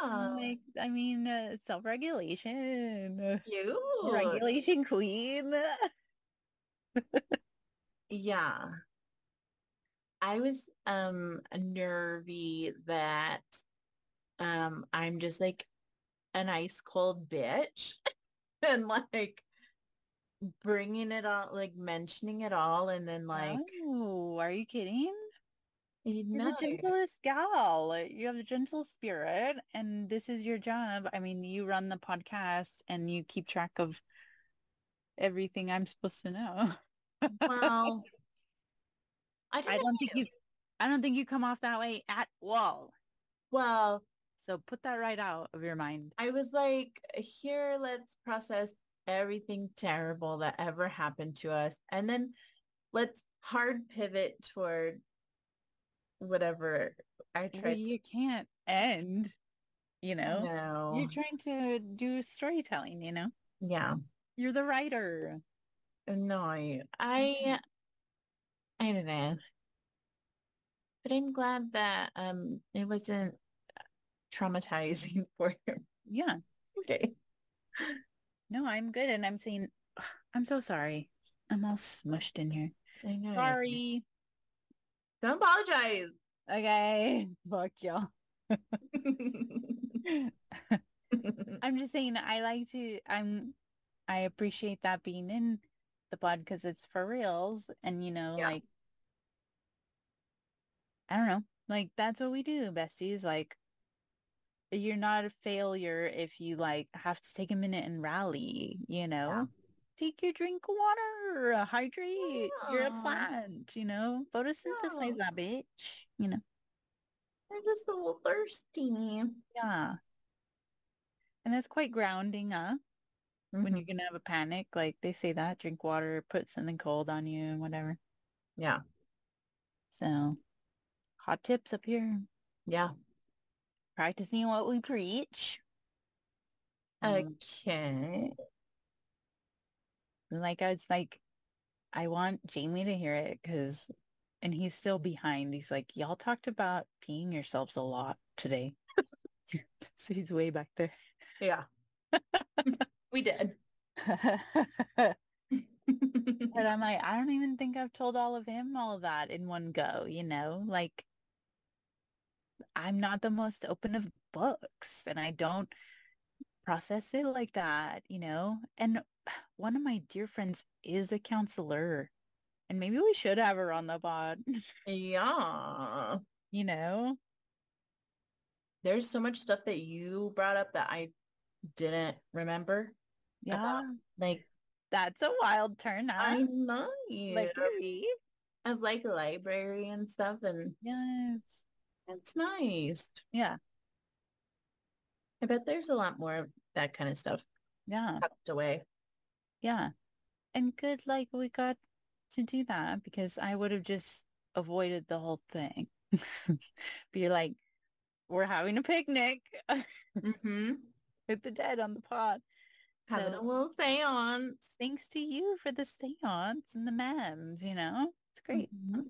And I'm
Yeah.
like i mean uh, self-regulation
you.
regulation queen
Yeah. I was um nervy that um I'm just like an ice cold bitch and like bringing it all like mentioning it all and then like
no are you kidding
you
You're
know
the gentlest gal. You have a gentle spirit, and this is your job. I mean, you run the podcast and you keep track of everything I'm supposed to know.
well I don't,
I don't think you I don't think you come off that way at all.
well
So put that right out of your mind.
I was like here let's process everything terrible that ever happened to us and then let's hard pivot toward whatever I
Well,
tried to
you can't end, you know.
No.
You're trying to do storytelling, you know.
yeah.
You're the writer.
No, I, I, I don't know. But I'm glad that um it wasn't traumatizing for you.
Yeah.
Okay.
No, I'm good and I'm saying "Ugh, I'm so sorry. I'm all smushed in here.
I know.
Sorry.
Don't apologize.
Okay. Fuck y'all. I'm just saying I like to I'm I appreciate that being in the pod because it's for reals and you know
Yeah.
like I don't know like that's what we do besties like you're not a failure if you like have to take a minute and rally you know take your drink of water hydrate you're
Yeah.
a plant you know photosynthesize
Yeah.
that bitch you know
I'm just a little thirsty.
yeah and that's quite grounding huh when
Mm-hmm.
you're gonna have a panic like they say that drink water put something cold on you and whatever
Yeah.
so hot tips up here
Yeah.
practicing what we preach
Mm-hmm.
Um,
Okay.
like i was like i want jamie to hear it because and he's still behind. He's like, y'all talked about peeing yourselves a lot today. so he's way back there.
Yeah. we did.
but I'm like, I don't even think I've told all of him all of that in one go, you know? Like, I'm not the most open of books and I don't process it like that, you know? And one of my dear friends is a counselor and maybe we should have her on the pod,
yeah.
you know?
There's so much stuff that you brought up that I didn't remember. Uh-huh.
Yeah.
Like
That's a wild turn.
I
Huh?
know you
Like, really?
of like library and stuff and
Yes.
it's nice.
Yeah.
I bet there's a lot more of that kind of stuff
Yeah.
tucked away.
Yeah. And good, like we got to do that because I would have just avoided the whole thing. Be like, we're having a picnic
Mm-hmm.
with the dead on the pod.
Having a
So-
little seance.
Thanks to you for the seance and the memes, you know? It's great.
Mhm. Mm-hmm.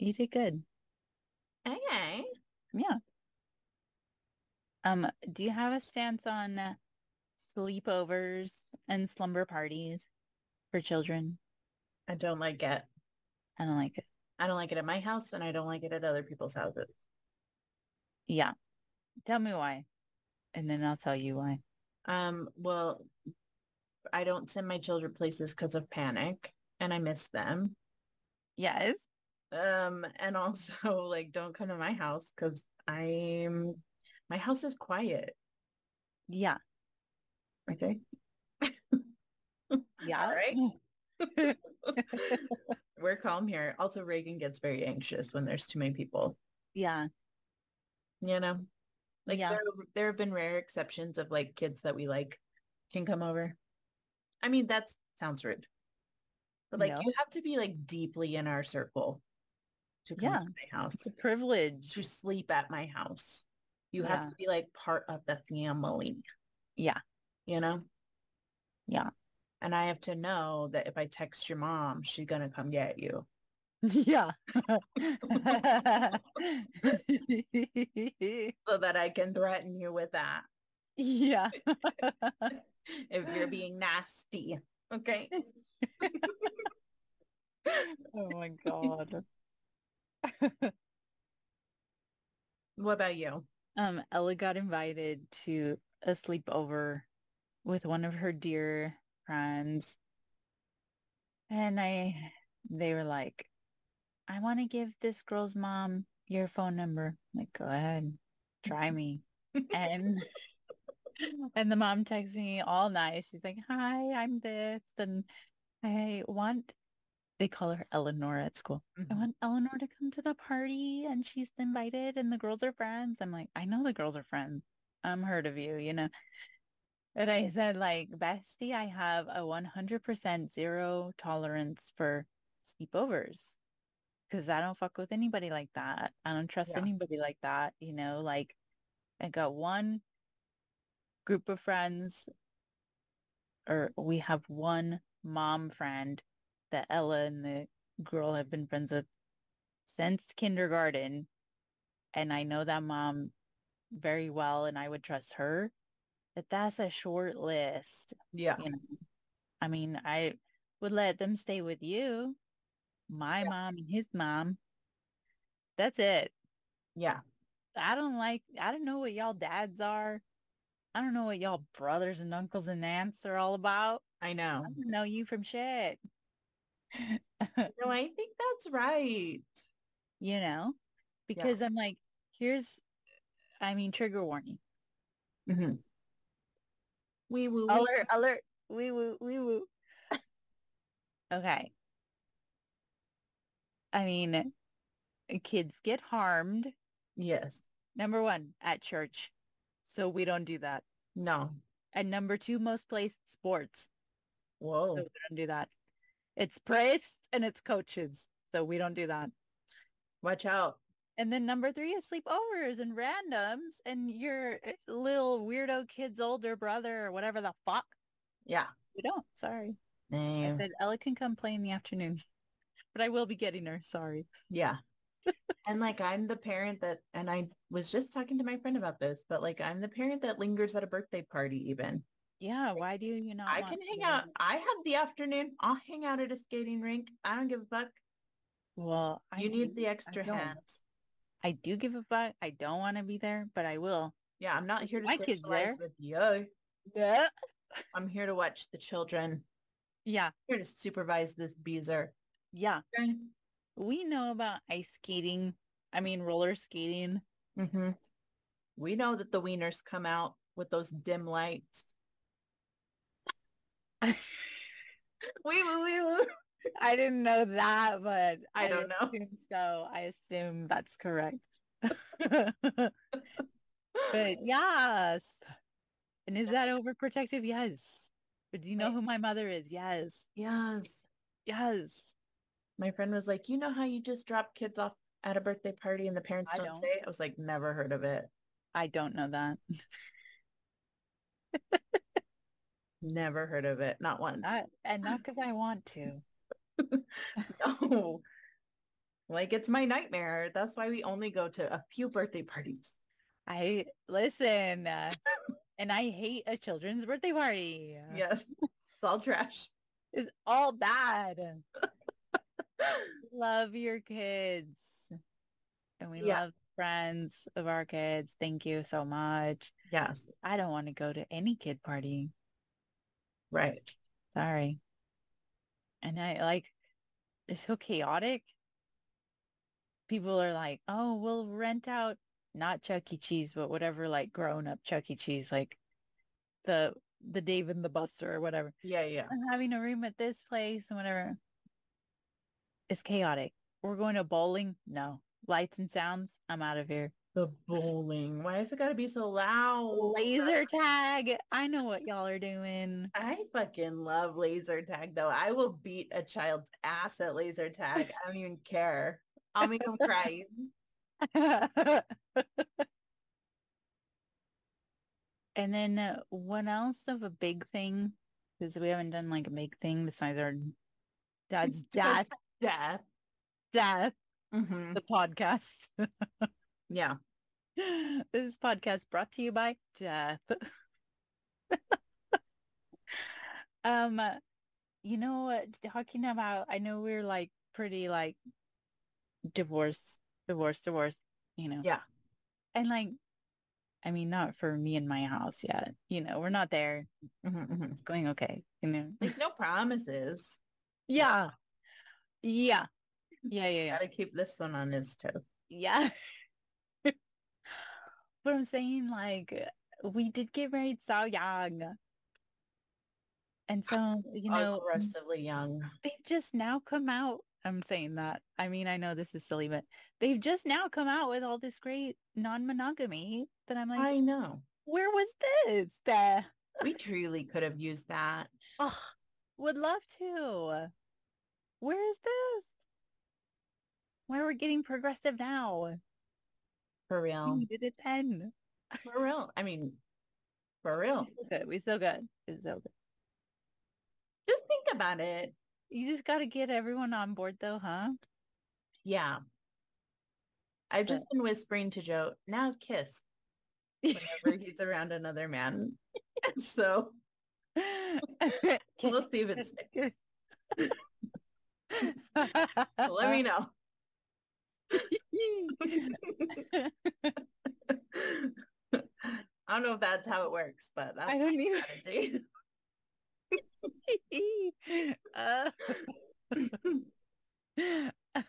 You did good.
Okay.
Yeah. Um, do you have a stance on uh, sleepovers and slumber parties for children?
I don't like it.
I don't like it.
I don't like it at my house and I don't like it at other people's houses.
Yeah. Tell me why. And then I'll tell you why.
Um, well, I don't send my children places because of panic and I miss them.
Yes.
Um, and also like don't come to my house because I'm my house is quiet.
Yeah.
Okay.
Yeah.
All right. We're calm here. Also, Reagan gets very anxious when there's too many people.
Yeah.
You know, like
Yeah.
there, there have been rare exceptions of like kids that we like can come over. I mean, that sounds rude, but like
No.
you have to be like deeply in our circle to come
Yeah.
to my house
It's a privilege.
to sleep at my house. You have
Yeah.
to be like part of the family.
Yeah.
You know.
Yeah.
And I have to know that if I text your mom, she's gonna come get you.
Yeah.
so that I can threaten you with that
yeah.
if you're being nasty. Okay.
Oh my God.
What about you?
Um, Ella got invited to a sleepover with one of her dear friends. And I, they were like, I want to give this girl's mom your phone number. I'm like, go ahead, try me. and and the mom texts me all night. She's like, hi, I'm this. And I want, they call her Eleanor at school. I
Mm-hmm.
want Eleanor to come to the party and she's invited and the girls are friends. I'm like, I know the girls are friends. I'm heard of you, you know. And I said, like, bestie, I have a 100% zero tolerance for sleepovers because I don't fuck with anybody like that. I don't trust
Yeah.
anybody like that. You know, like I got one group of friends or we have one mom friend that Ella and the girl have been friends with since kindergarten. And I know that mom very well and I would trust her. But that's a short list.
Yeah.
you know, I mean, I would let them stay with you, my
Yeah.
mom and his mom. That's it.
Yeah.
I don't like, I don't know what y'all dads are. I don't know what y'all brothers and uncles and aunts are all about.
I know.
I don't know you from shit,
No, I think that's right.
you know, because I'm like, here's, I mean, trigger warning.
Mhm. We woo. wee.
Alert, alert. Wee woo, wee woo. Okay. I mean, kids get harmed.
Yes.
Number one, at church. So we don't do that.
No.
And number two, most place sports. So we
Whoa.
don't do that. It's priests and it's coaches. So we don't do that.
Watch out.
And then number three is sleepovers and randoms and your eh, little weirdo kid's older brother or whatever the fuck.
Yeah.
We don't. Sorry. I
Nah.
said Ella can come play in the afternoon. but I will be getting her. Sorry.
Yeah. and like I'm the parent that and I was just talking to my friend about this, but like I'm the parent that lingers at a birthday party even.
Yeah. Why do you not?
I
want
can hang
to-
out. I have the afternoon. I'll hang out at a skating rink. I don't give a fuck.
Well, I
you need
do-
the extra
don't.
hands.
I do give a fuck. I don't want to be there, but I will.
Yeah, I'm not here to
My
socialize
kid's there.
with you.
Yeah.
I'm here to watch the children.
Yeah.
here to supervise this Beezer.
Yeah. We know about ice skating. I mean, roller skating.
Mm-hmm. We know that the wieners come out with those dim lights. Wee woo wee woo.
I didn't know that, but
I don't know.
assume so I assume that's correct. but yes. And is that overprotective? Yes. But do you know
Right.
who my mother is? Yes.
yes.
Yes.
My friend was like, you know how you just drop kids off at a birthday party and the parents
I
don't,
don't.
stay? I was like, never heard of it.
I don't know that.
Never heard of it. Not once.
Not, and not because I want to.
no. Like it's my nightmare. That's why we only go to a few birthday parties.
I listen. Uh, and I hate a children's birthday party.
Yes. It's all trash.
It's all bad. love your kids. And we
Yeah.
love friends of our kids. Thank you so much.
Yes.
I don't want to go to any kid party.
Right.
Sorry. And I like, it's so chaotic. People are like, oh, we'll rent out not Chuck E. Cheese, but whatever like grown up Chuck E. Cheese, like the the Dave and the Buster or whatever.
Yeah. Yeah.
I'm having a room at this place and whatever. It's chaotic. We're going to bowling. No. Lights and sounds. I'm out of here.
The bowling. Why has it got to be so loud?
Laser tag. I know what y'all are doing.
I fucking love laser tag though. I will beat a child's ass at laser tag. I don't even care. I'll make them cry.
and then uh, what else of a big thing? Because we haven't done like a big thing besides our dad's death,
Death.
death,
hmm
the podcast.
Yeah.
this podcast brought to you by death. um, you know what? Talking about, I know we're like pretty like divorce, divorce, divorce. You know.
Yeah.
And like, I mean, not for me and my house yet. You know, we're not there.
Mhm, mhm.
It's going okay. You know.
Like no promises.
Yeah. Yeah. Yeah. Yeah. Yeah.
Gotta keep this one on his toe.
Yeah. but I'm saying like we did get married so young. And so, you
mm,
know,
Aggressively young.
they've just now come out. I'm saying that. I mean, I know this is silly, but they've just now come out with all this great non-monogamy that I'm like,
I know.
where was this? The,
We truly could have used that.
oh, would love to. Where is this? Where we're getting progressive now.
For real.
We did it then.
For real. I mean, for
We
real.
still good. We still good. It's so good.
Just think about it.
You just got to get everyone on board though, huh?
Yeah. I've
But-
just been whispering to Joe, now kiss whenever he's around another man. so we'll see if it's let me know. I don't know if that's how it works, but that's
I don't
my
either.
strategy.
Uh,
but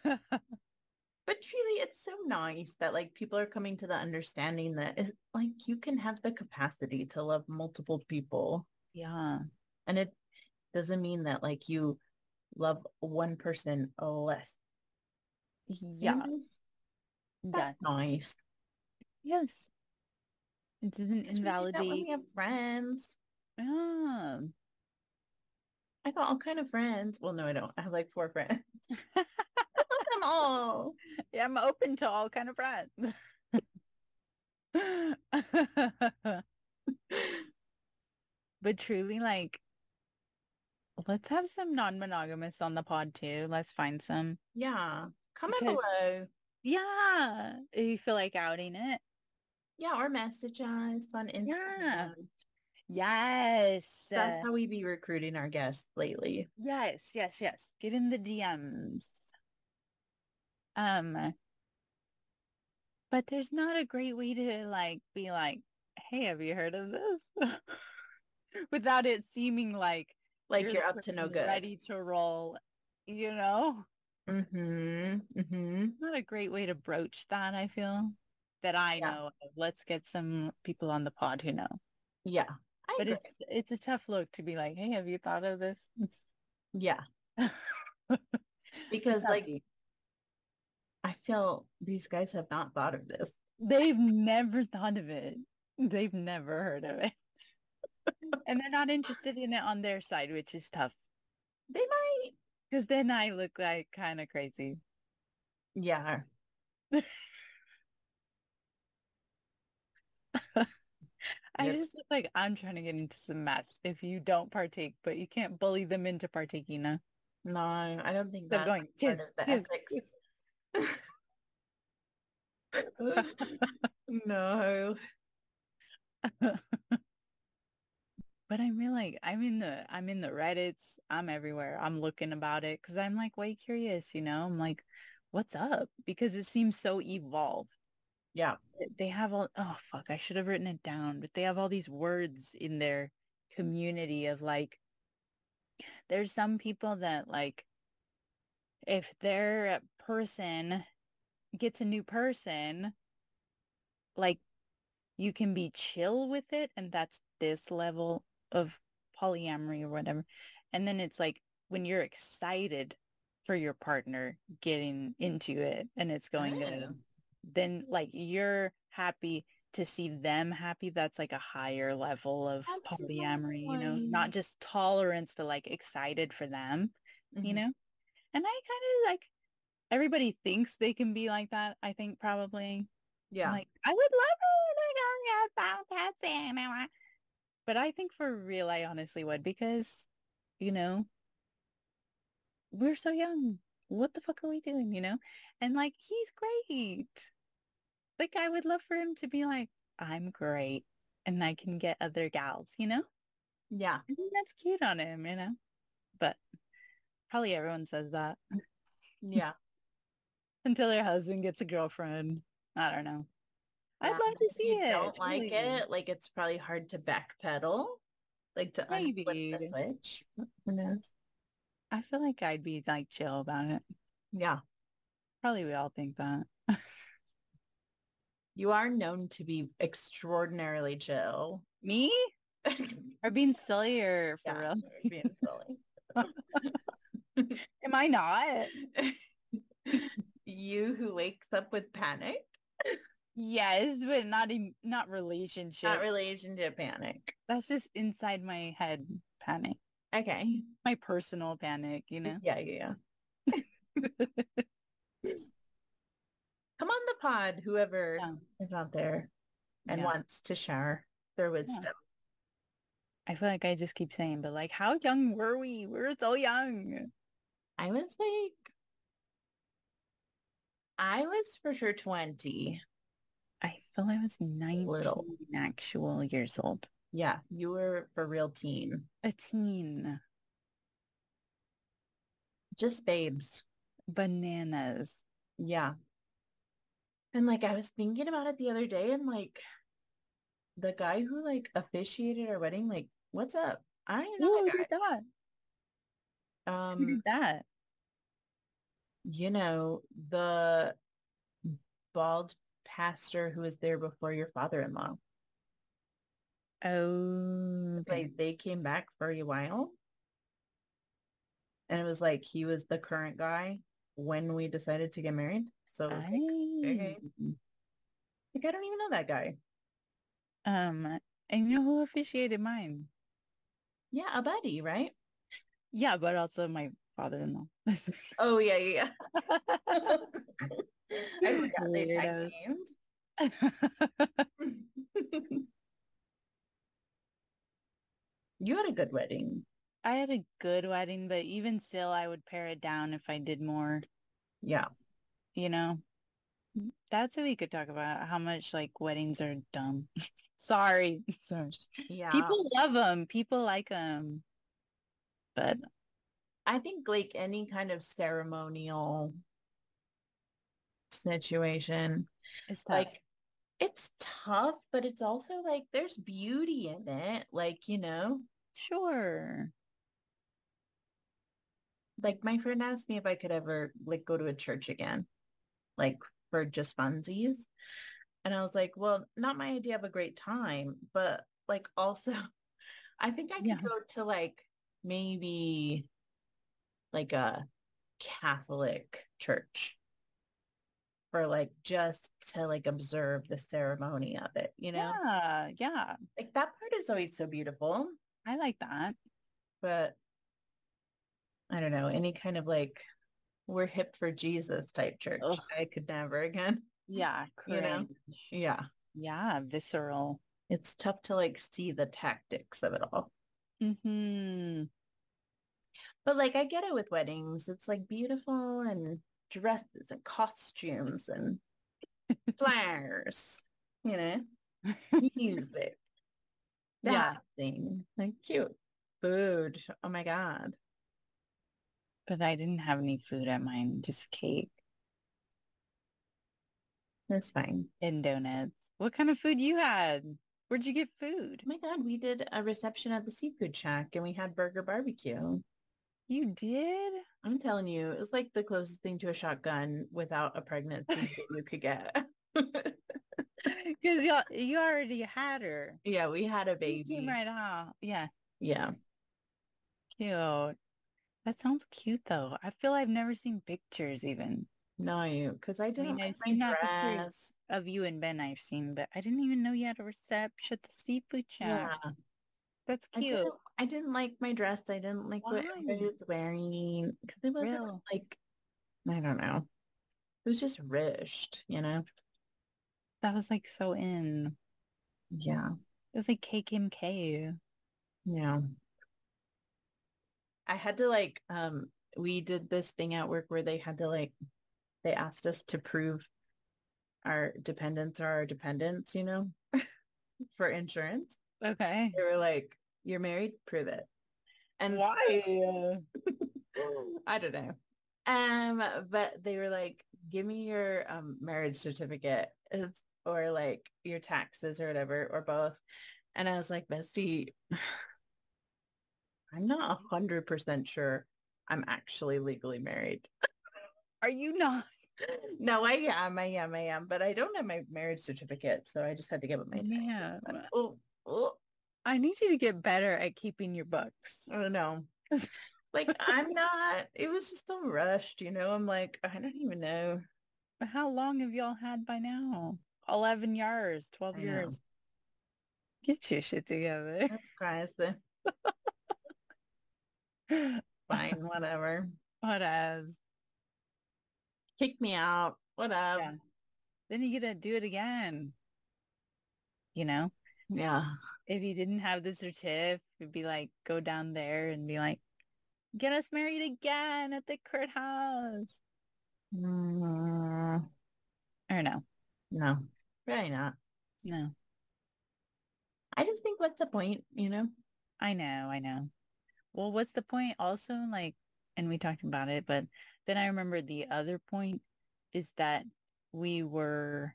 truly it's so nice that like people are coming to the understanding that it's like you can have the capacity to love multiple people.
yeah.
And it doesn't mean that like you love one person less. You
Yeah.
know,
Yeah.
That's nice.
Yes. It doesn't
'Cause we do that when
invalidate.
We have friends.
Yeah.
I got all kind of friends. Well, no, I don't. I have like four friends. I love them all.
Yeah, I'm open to all kind of friends. but truly, like, Let's have some non-monogamous on the pod too. Let's find some.
Yeah. Comment
Because-
below.
Yeah. If you feel like outing it.
Yeah, or message us on Instagram.
Yeah. Yes.
That's
Uh,
how we be recruiting our guests lately.
yes, yes, yes. Get in the DMs. Um, but there's not a great way to like be like, hey, have you heard of this? Without it seeming like
Like
you're
you're,
the
up to no
person
good.
Ready to roll, you know?
Mm-hmm. Mm-hmm.
Not a great way to broach that, I feel. That I
Yeah.
know of. Let's get some people on the pod who know.
Yeah. I
But
agree.
it's it's a tough look to be like, hey, have you thought of this?
Yeah. Because like
Sorry.
I feel these guys have not thought of this.
they've never thought of it. They've never heard of it. and they're not interested in it on their side, which is tough.
They might.
Because then I look like kind of crazy.
Yeah.
I
Yep.
just look like I'm trying to get into some mess if you don't partake, but you can't bully them into partaking. Huh?
No, I don't think
They're
that's
going,
part
"Jizz,
of the
jizz,
ethics.
jizz."
no.
But I'm really like, I'm in the I'm in the Reddits. I'm everywhere. I'm looking about it because I'm like way curious, you know. I'm like, what's up? Because it seems so evolved.
Yeah.
Th- They have all oh fuck, I should have written it down, but they have all these words in their community of like there's some people that like if their person gets a new person, like you can be chill with it and that's this level of polyamory or whatever and then it's like when you're excited for your partner getting into it and it's going to
Oh.
then like you're happy to see them happy that's like a higher level of polyamory you know
Absolutely.
not just tolerance but like excited for them you
Mhm.
know and i kind of like everybody thinks they can be like that i think probably
Yeah.
like, I would love it. Like, I found Tessie. But I think for real, I honestly would because, you know, we're so young. What the fuck are we doing, you know? And like, he's great. Like, I would love for him to be like, I'm great and I can get other gals, you know?
yeah.
I think that's cute on him, you know? But probably everyone says that
Yeah.
until their husband gets a girlfriend. I don't know. I'd
Yeah,
love to
if
see
you
it.
don't like
totally.
it, like it's probably hard to backpedal, like to unflip the
Maybe.
switch. Who knows?
I feel like I'd be like chill about it.
Yeah,
Probably we all think that.
you are known to be extraordinarily chill.
Me? Or being silly or for
Yeah,
real?
sorry, being
Am I not?
silly. you who wakes up with panic,
Yes, but not in not relationship.
not relationship panic.
That's just inside my head panic.
Okay.
My personal panic, you know?
Yeah, yeah, yeah. Come on the pod, whoever
Yeah.
is out there and
Yeah.
wants to share their wisdom.
I feel like I just keep saying, but like how young were we? We were so young.
I was like, I was for sure 20.
I feel I was 19
Little.
actual years old.
Yeah, you were for real teen.
A teen.
Just babes.
Bananas.
Yeah. And like I was thinking about it the other day and like the guy who like officiated our wedding, like, what's up? I don't
Ooh,
know
who
that
did that?
guy.
Who did
Oh Um,
that?
you know, the bald pastor who was there before your father-in-law.
Oh, okay.
Like they came back for a while. And it was like he was the current guy when we decided to get married. So it was like, okay.
I-
like, I don't even know that guy.
Um, and you know who officiated mine?
Yeah, a buddy, right?
Yeah, but also my father-in-law.
Oh yeah, yeah, yeah. I forgot they
Weirdo.
tag teamed. you had a good wedding.
I had a good wedding, but even still, I would pare it down if I did more.
Yeah.
You know, that's what we could talk about. How much like weddings are dumb. Sorry. Sorry.
Yeah.
People love them. People like them. But
I think like any kind of ceremonial situation,
it's tough.
like it's tough, but it's also like there's beauty in it. Like, you know,
sure.
like my friend asked me if I could ever like go to a church again, like for just funsies. And I was like, well, not my idea of a great time, but like also I think I could
Yeah.
go to like maybe like a Catholic church for like just to like observe the ceremony of it, you know?
Yeah. Yeah.
Like that part is always so beautiful,
I like that.
but I don't know, any kind of like we're hip for Jesus type church.
Ugh.
I could never again.
Yeah.
You know?
cringe.
Yeah.
Yeah. Visceral.
It's tough to like see the tactics of it all.
hmm
But like I get it with weddings. It's like beautiful and dresses and costumes and flowers, you know, music,
Yeah.
dancing, like cute food. Oh my God.
But I didn't have any food at mine, just cake
That's fine.
and donuts. What kind of food you had? Where'd you get food?
Oh my God. We did a reception at the seafood shack and we had burger barbecue.
You did?
I'm telling you, it was like the closest thing to a shotgun without a pregnancy that you could get.
Because you you already had her.
yeah, we had a
She
baby.
came right out. Yeah,
Yeah.
cute. That sounds cute though. I feel I've never seen pictures even
No, you, because I didn't
mean,
like
I've seen
my
that before.
dress.
of you and Ben I've seen, but I didn't even know you had a reception at the seafood shack.
Yeah.
That's
I
cute.
didn't, I didn't like my dress. I didn't like what
Why?
everybody was wearing because it wasn't
Real.
like, I don't know. It was just rushed, you know?
That was like so in.
Yeah.
It was like KKMK.
Yeah. I had to like, um, we did this thing at work where they had to like, they asked us to prove our dependents are our dependents, you know, for insurance.
Okay.
They were like, you're married, prove it. And so- I don't know. Um, but they were like, give me your um, marriage certificate it's- or like your taxes or whatever, or both. And I was like, Bestie, I'm not a hundred percent sure I'm actually legally married.
Are you not?
No, I am, I am, I am, but I don't have my marriage certificate. So I just had to give it my taxes.
Man,
Oh, oh,
I need you to get better at keeping your books.
I don't know. oh, Like I'm not, it was just so rushed, you know, I'm like, I don't even know.
How long have y'all had by now? 11 years, 12
I know.
years. Get your shit together.
That's crazy. Fine, whatever.
What else?
Kick me out. What up?
Yeah. Then you get to do it again. You know,
Yeah.
if you didn't have the certif, it'd be like, go down there and be like, get us married again at the courthouse.
Mm,
Or no,
no, really not.
no.
I just think what's the point, you know?
I know, I know. Well, what's the point also like, and we talked about it, but then I remember the other point is that we were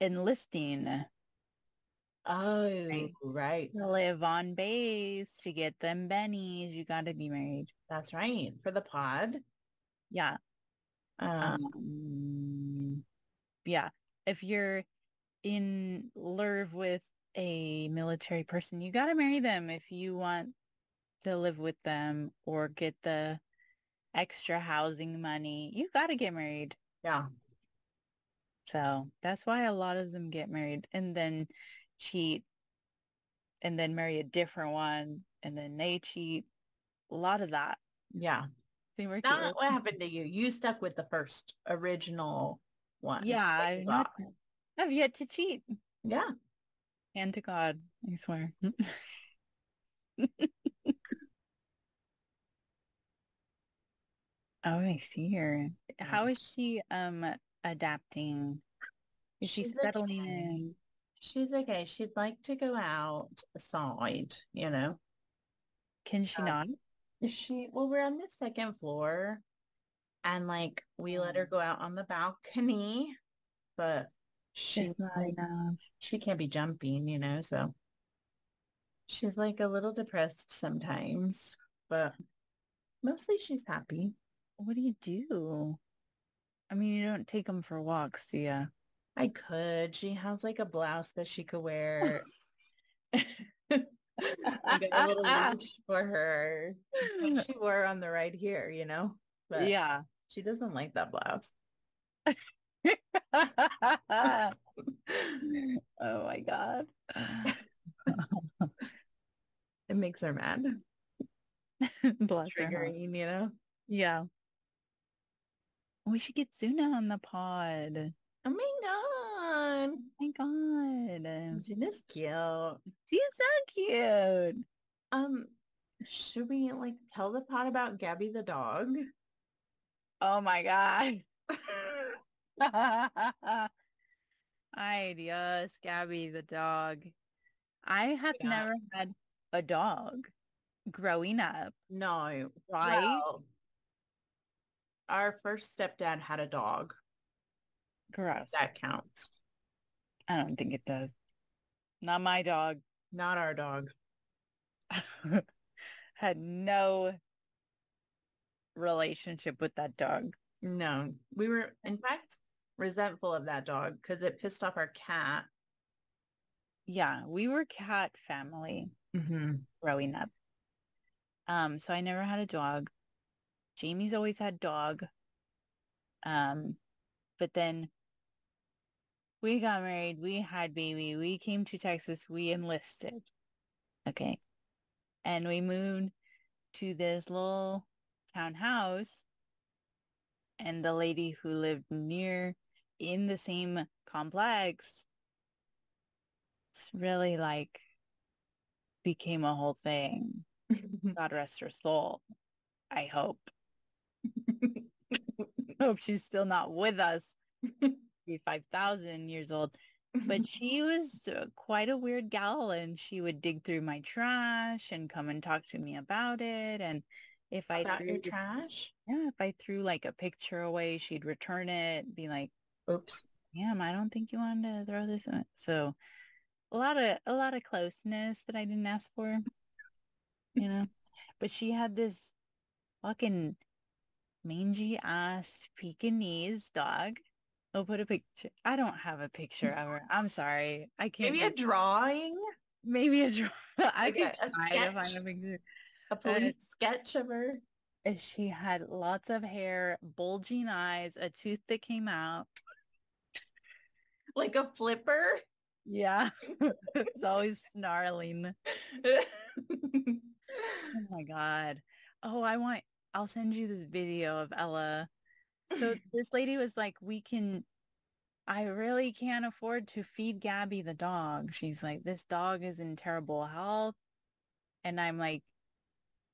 enlisting
Oh, right.
to live on base to get them bennies. You got to be married.
That's right. For the pod.
Yeah. Uh-huh.
Um,
Um, yeah. If you're in love with a military person, you got to marry them if you want to live with them or get the extra housing money. You got to get married.
yeah.
So that's why a lot of them get married and then cheat and then marry a different one and then they cheat. A lot of that.
Yeah.
They were
Not what happened to you. You stuck with the first original one.
Yeah,
that you
I'm not-
got.
I've yet to cheat.
Yeah.
And to God, I swear. Oh, I see her. How is she um adapting? Is she
She's
settling
okay.
in?
She's okay. She'd like to go out aside, you know.
Can she
Um,
not?
Is she well, we're on the second floor and like we let her
Mm.
go out on the balcony, but she's
It's not
like
enough.
she can't be jumping, you know, so she's like a little depressed sometimes, but mostly she's happy.
What do you do? I mean, you don't take them for walks, do you?
I could. She has like a blouse that she could wear. I got a little leash for her. What she wore on the ride here, you know? But
yeah.
she doesn't like that blouse.
oh
Oh,
my god.
It makes her mad. It's
Bless her heart.
triggering, you know?
Yeah. We should get Zuna on the pod.
Oh my god.
my god.
This cute.
She's so cute.
Um, should we like tell the pot about Gabby the dog?
Oh my god. Ay Dios, Gabby the dog. I have
Yeah.
never had a dog growing up,
no.
right?
Well, our first stepdad had a dog.
Gross.
That counts.
I don't think it does. Not my dog.
Not our dog.
had no relationship with that dog.
No. We were, in fact, resentful of that dog because it pissed off our cat.
Yeah, we were cat family
Mm-hmm.
growing up. Um, so I never had a dog. Jamie's always had dog. Um, but then we got married, we had baby, we came to Texas, we enlisted. Okay. And we moved to this little townhouse and the lady who lived near in the same complex it's really like became a whole thing. God rest her soul. I hope. hope she's still not with us. Be 5,000 years old. But she was uh, quite a weird gal and she would dig through my trash and come and talk to me about it. And if I
about your
threw,
trash?
yeah, if I threw like a picture away, she'd return it, and be like,
Oops.
damn, I don't think you wanted to throw this in. So a lot of a lot of closeness that I didn't ask for. You know. but she had this fucking mangy ass Pekingese dog. I'll put a picture. I don't have a picture of her. I'm sorry. I can't
Maybe a
get-
drawing,
maybe a draw. I
like
could
a- a
try to find
sketch.
a picture. Uh,
a police sketch of her.
And She had lots of hair, bulging eyes, a tooth that came out.
like a flipper.
Yeah. it's always snarling. Oh my God. Oh, I want, I'll send you this video of Ella. So this lady was like, we can, I really can't afford to feed Gabby the dog. She's like, this dog is in terrible health. And I'm like,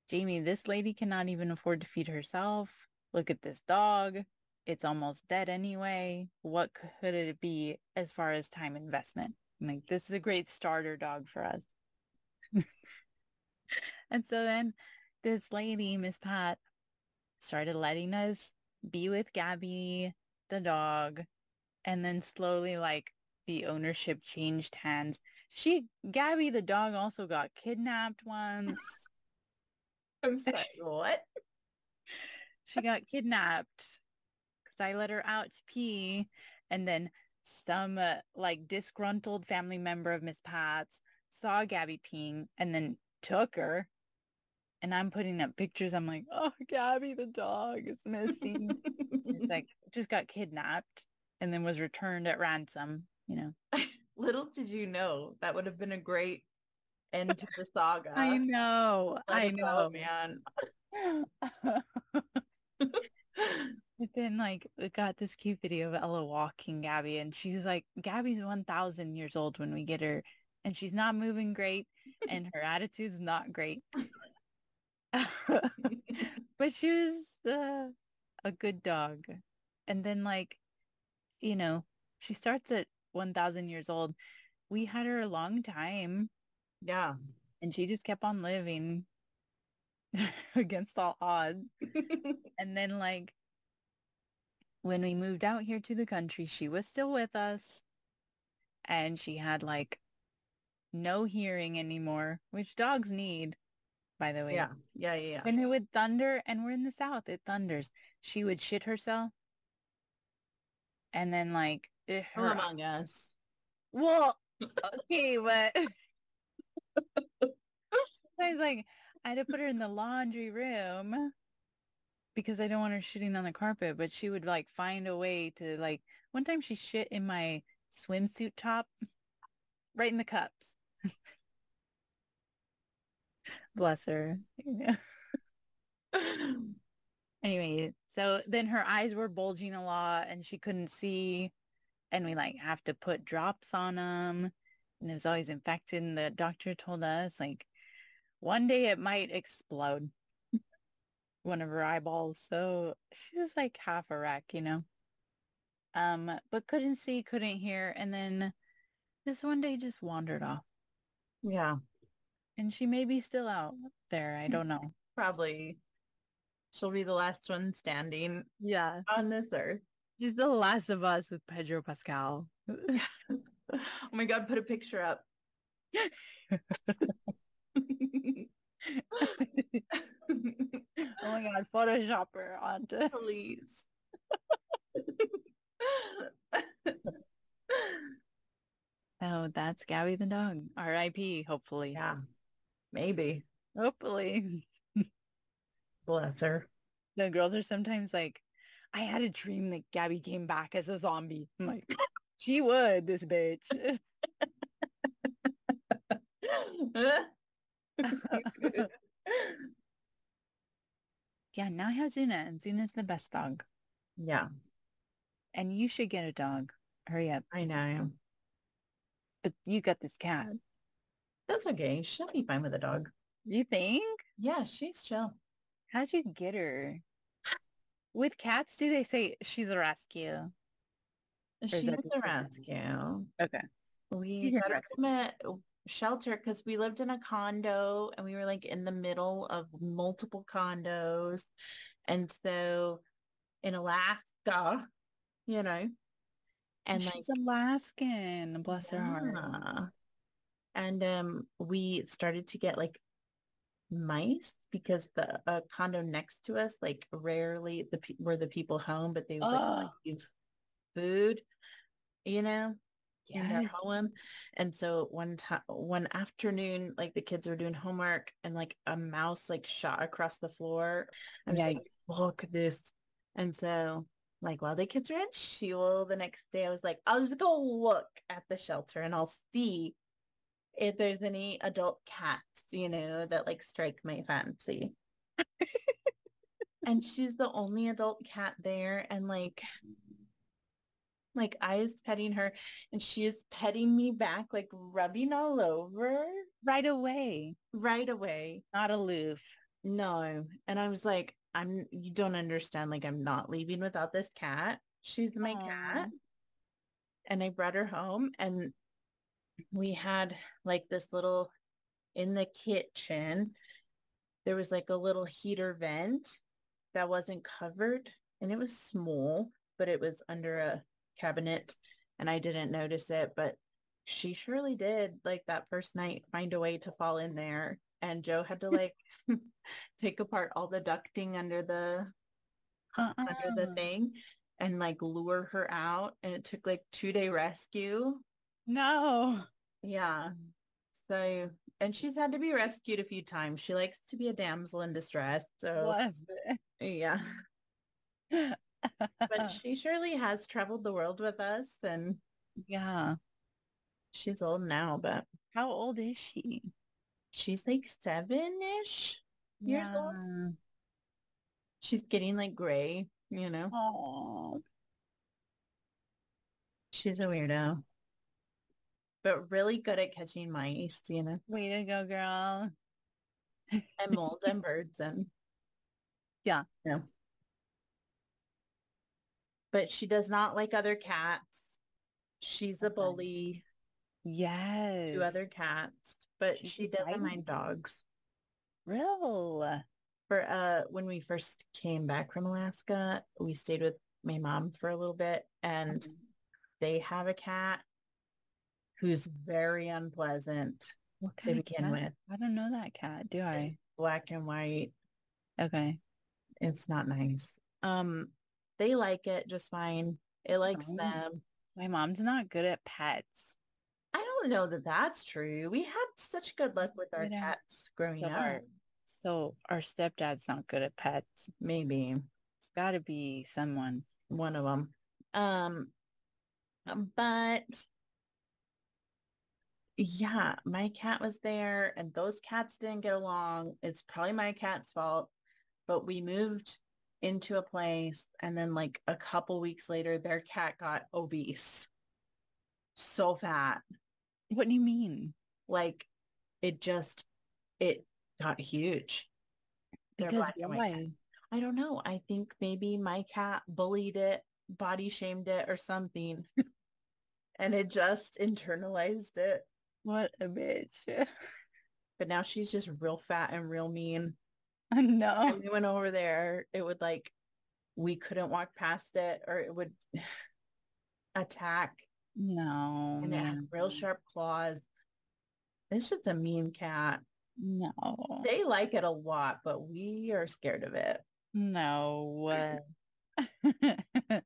Jamie, this lady cannot even afford to feed herself. Look at this dog. It's almost dead anyway. What could it be as far as time investment? I'm like, this is a great starter dog for us. And so then this lady, Miss Pat, started letting us be with Gabby, the dog. And then slowly, like, the ownership changed hands. She, Gabby, the dog also got kidnapped once.
I'm sorry. What?
she got kidnapped because I let her out to pee. And then some uh, like disgruntled family member of Miss Pat's saw Gabby peeing and then took her. And I'm putting up pictures. I'm like, oh, Gabby, the dog is missing. She's like, just got kidnapped and then was returned at ransom, you know.
Little did you know that would have been a great end to the saga.
I know.
Let
I
it go,
know.
man.
But then like we got this cute video of Ella walking Gabby and she's like, Gabby's 1,000 years old when we get her and she's not moving great and her attitude's not great. but she was uh, a good dog. And then like, you know, she starts at 1000 years old. We had her a long time
Yeah.
and she just kept on living against all odds. And then like when we moved out here to the country, she was still with us and she had like no hearing anymore, which dogs need, by the way.
yeah. Yeah. Yeah. Yeah.
When it would thunder and we're in the south, it thunders. She would shit herself. And then like eh,
Who
her
among us.
well, okay, but sometimes like I had to put her in the laundry room because I don't want her shitting on the carpet, but she would like find a way to like one time she shit in my swimsuit top right in the cups. Bless her. Yeah. Anyway, so then her eyes were bulging a lot and she couldn't see and we like have to put drops on them and it was always infected and the doctor told us like one day it might explode one of her eyeballs so she was like half a wreck you know um but couldn't see couldn't hear and then this one day just wandered off
Yeah.
and she may be still out there i don't know
Probably. She'll be the last one standing
yeah
on this earth.
she's the last of us with pedro pascal
oh my God. Put a picture up.
oh my god photoshop her onto
Please.
oh that's gabby the dog r.i.p hopefully
yeah. Maybe.
Hopefully.
Bless her.
The girls are sometimes like, I had a dream that Gabby came back as a zombie. I'm like, she would, this bitch. yeah, now I have Zuna and Zuna's the best dog.
yeah.
And you should get a dog. Hurry up.
I know.
But you got this cat.
That's okay. She'll be fine with a dog.
You think?
Yeah, she's chill.
How'd you get her? With cats, do they say she's a rescue?
She's
that
a
just-
rescue.
Okay.
We
You're
got her
right.
from a oh, shelter because we lived in a condo and we were like in the middle of multiple condos. And so in Alaska, you know, and like,
she's Alaskan. Bless her heart.
yeah. and um, we started to get like mice because the uh, condo next to us, like rarely the pe- were the people home, but they would like,
Ugh.
leave food, you know, in their
Yes.
home. And so one time, one afternoon, like the kids were doing homework and like a mouse like shot across the floor. I'm just
Yeah.
like, look at this. And so like while the kids were at school the next day, I was like, I'll just go look at the shelter and I'll see if there's any adult cats, you know, that like strike my fancy. and she's the only adult cat there. And like, like I is petting her and she is petting me back, like rubbing all over
Right away.
right away.
Not aloof.
No. And I was like, I'm, you don't understand. Like I'm not leaving without this cat. She's my
Aw.
cat. And I brought her home and we had like this little in the kitchen. There was like a little heater vent that wasn't covered and it was small, but it was under a cabinet and I didn't notice it, but she surely did like that first night find a way to fall in there and Joe had to like take apart all the ducting under the under the
Uh-uh.
thing and like lure her out and it took like two day rescue.
No.
Yeah. So and she's had to be rescued a few times. She likes to be a damsel in distress. So
Was
yeah.
it?
But she surely has traveled the world with us and
yeah.
she's old now, but
How old is she?
she's like seven-ish. Years old? She's getting like gray, you know.
Oh,
She's a weirdo. But really good at catching mice, you know,
way to go, girl.
and moles and birds and
Yeah.
you know. but she does not like other cats. She's a
Okay.
bully
Yes.
to other cats, but
She's
she doesn't
deciding.
mind dogs.
Real.
For uh, when we first came back from Alaska, we stayed with my mom for a little bit, and
Mm-hmm.
they have a cat who's very unpleasant.
What
to
kind of
begin
cat?
with.
I don't know that cat, do
It's
I?
black and white.
Okay.
It's not nice. Um, they like it just fine. It likes
Oh.
them.
My mom's not good at pets.
I don't know that that's true. We had such good luck with our
You know,
cats growing
so
up.
our- So our stepdad's not good at pets.
Maybe
It's got to be someone.
one of them. Um, but yeah, my cat was there and those cats didn't get along. It's probably my cat's fault, but we moved into a place and then like a couple weeks later, their cat got obese. So fat.
What do you mean?
like it just it got huge. They're
Because
black and white cats.
why?
I don't know. I think maybe my cat bullied it, body shamed it or something. and it just internalized it.
What a bitch.
But now she's just real fat and real mean.
I know.
When we went over there, it would like we couldn't walk past it or it would attack
No.
and it had real
no,
sharp claws. It's just a mean cat.
No.
They like it a lot, but we are scared of it.
No.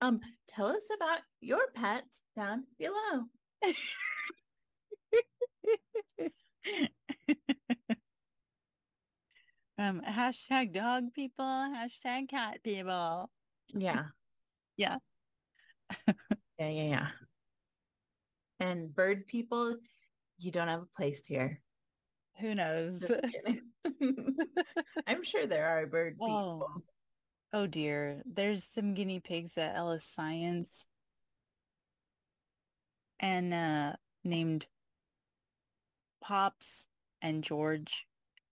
Um, tell us about your pets down below.
um, hashtag dog people, hashtag cat people.
Yeah.
Yeah.
yeah, yeah, yeah. And bird people, you don't have a place here.
Who knows?
Just kidding. I'm sure there are bird people.
Oh. Oh dear. There's some guinea pigs at Ellis Science and uh named Pops and George.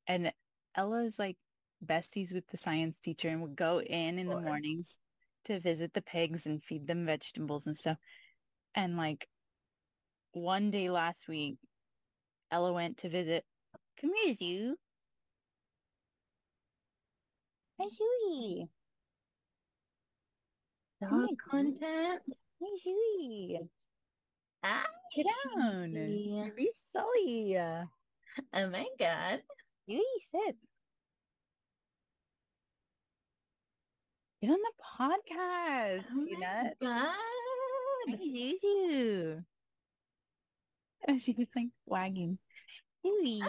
And Ella's like besties with the science teacher and would go in in the
Sure.
mornings to visit the pigs and feed them vegetables and stuff. And like one day last week, Ella went to visit. Come here, Zoo. Hi, Zooey.
Dog
Hey.
content.
Hey, Zooey.
Ah,
Get down.
Yeah.
You're silly.
oh my god.
Zooey, sit. Get on the podcast,
Oh
you
my
nut.
god.
Hey, Zuzu. And she's like wagging. Zooey.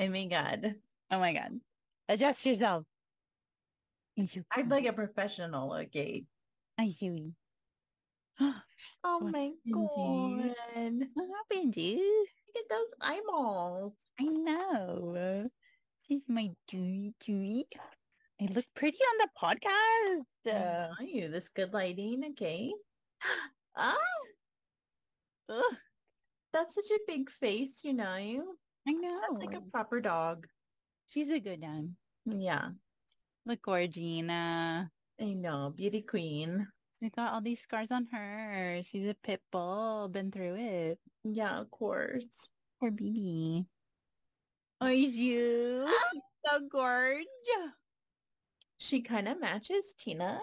Oh my god.
Oh my god. Adjust yourself. You
Act like a professional, okay.
Hi, Zooey. What
Oh
What
my
happened,
god.
happened, dude?
Look at those eyeballs.
I know. She's my Dewey Dewey. I look pretty on the podcast. Uh,
Are you this good lighting? Okay. Ah,
ugh,
that's such a big face, you know.
I know.
That's like a proper dog.
She's a good one.
Yeah,
Look, Gorgina.
I know. Beauty queen.
She's got all these scars on her. She's a pit bull. Been through it.
Yeah, of course.
Poor baby. Oh, is you? so gorge.
She kind of matches Tina.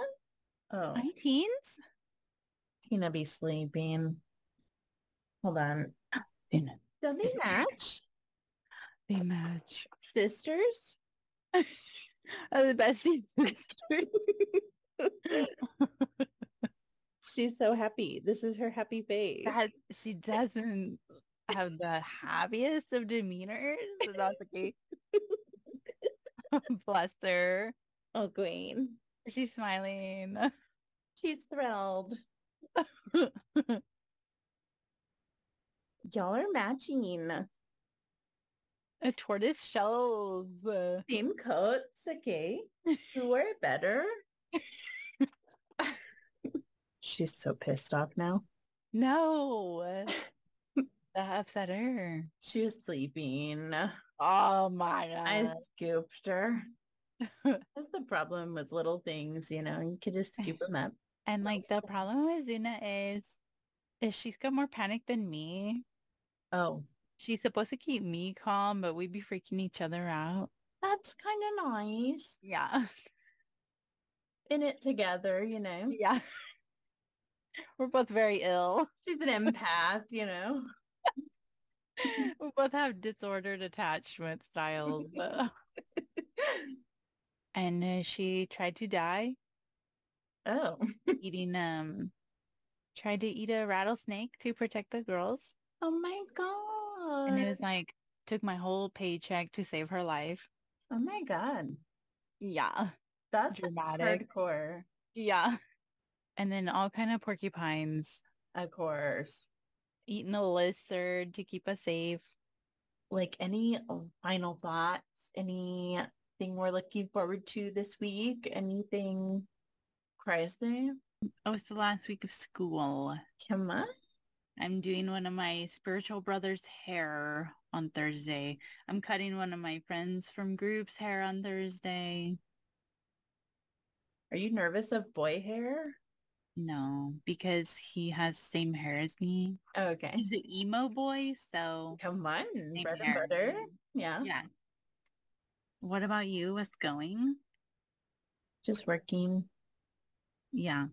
Oh,
Hi, teens.
Tina be sleeping. Hold on. Do they match?
They match.
Sisters?
Oh, the best teens.
She's so happy. This is her happy face.
that she doesn't have the happiest of demeanors. So that's okay. Bless her.
oh, queen.
She's smiling.
She's thrilled. Y'all are matching.
A tortoise shells.
Same coats, okay. You wear it better. She's so pissed off now.
No. That upset her.
She was sleeping.
Oh my
I Uh.
god.
scooped her. That's the problem with little things, you know, you could just scoop them up.
And like the problem with Zuna is, is she's got more panic than me.
Oh,
She's supposed to keep me calm, but we'd be freaking each other out.
that's kind of nice.
Yeah.
In it together, you know.
Yeah. We're both very ill.
She's an empath, you know.
we both have disordered attachment styles. though. and uh, she tried to die
Oh,
eating, um, tried to eat a rattlesnake to protect the girls.
oh my god.
And it was like, took my whole paycheck to save her life.
oh my god.
Yeah.
That's
Dramatic.
hardcore.
Yeah. And then all kind of porcupines
Of course.
eating a lizard to keep us safe.
Like any final thoughts, anything we're looking forward to this week, anything crazy?
Oh, it's the last week of school.
Come on.
I'm doing one of my spiritual brother's hair on Thursday. I'm cutting one of my friends from group's hair on Thursday.
Are you nervous of boy hair?
No, because he has same hair as me.
Okay.
He's an emo boy, so
Come on,
same
bread and
hair.
butter. Yeah.
Yeah. What about you? What's going?
Just working.
Yeah.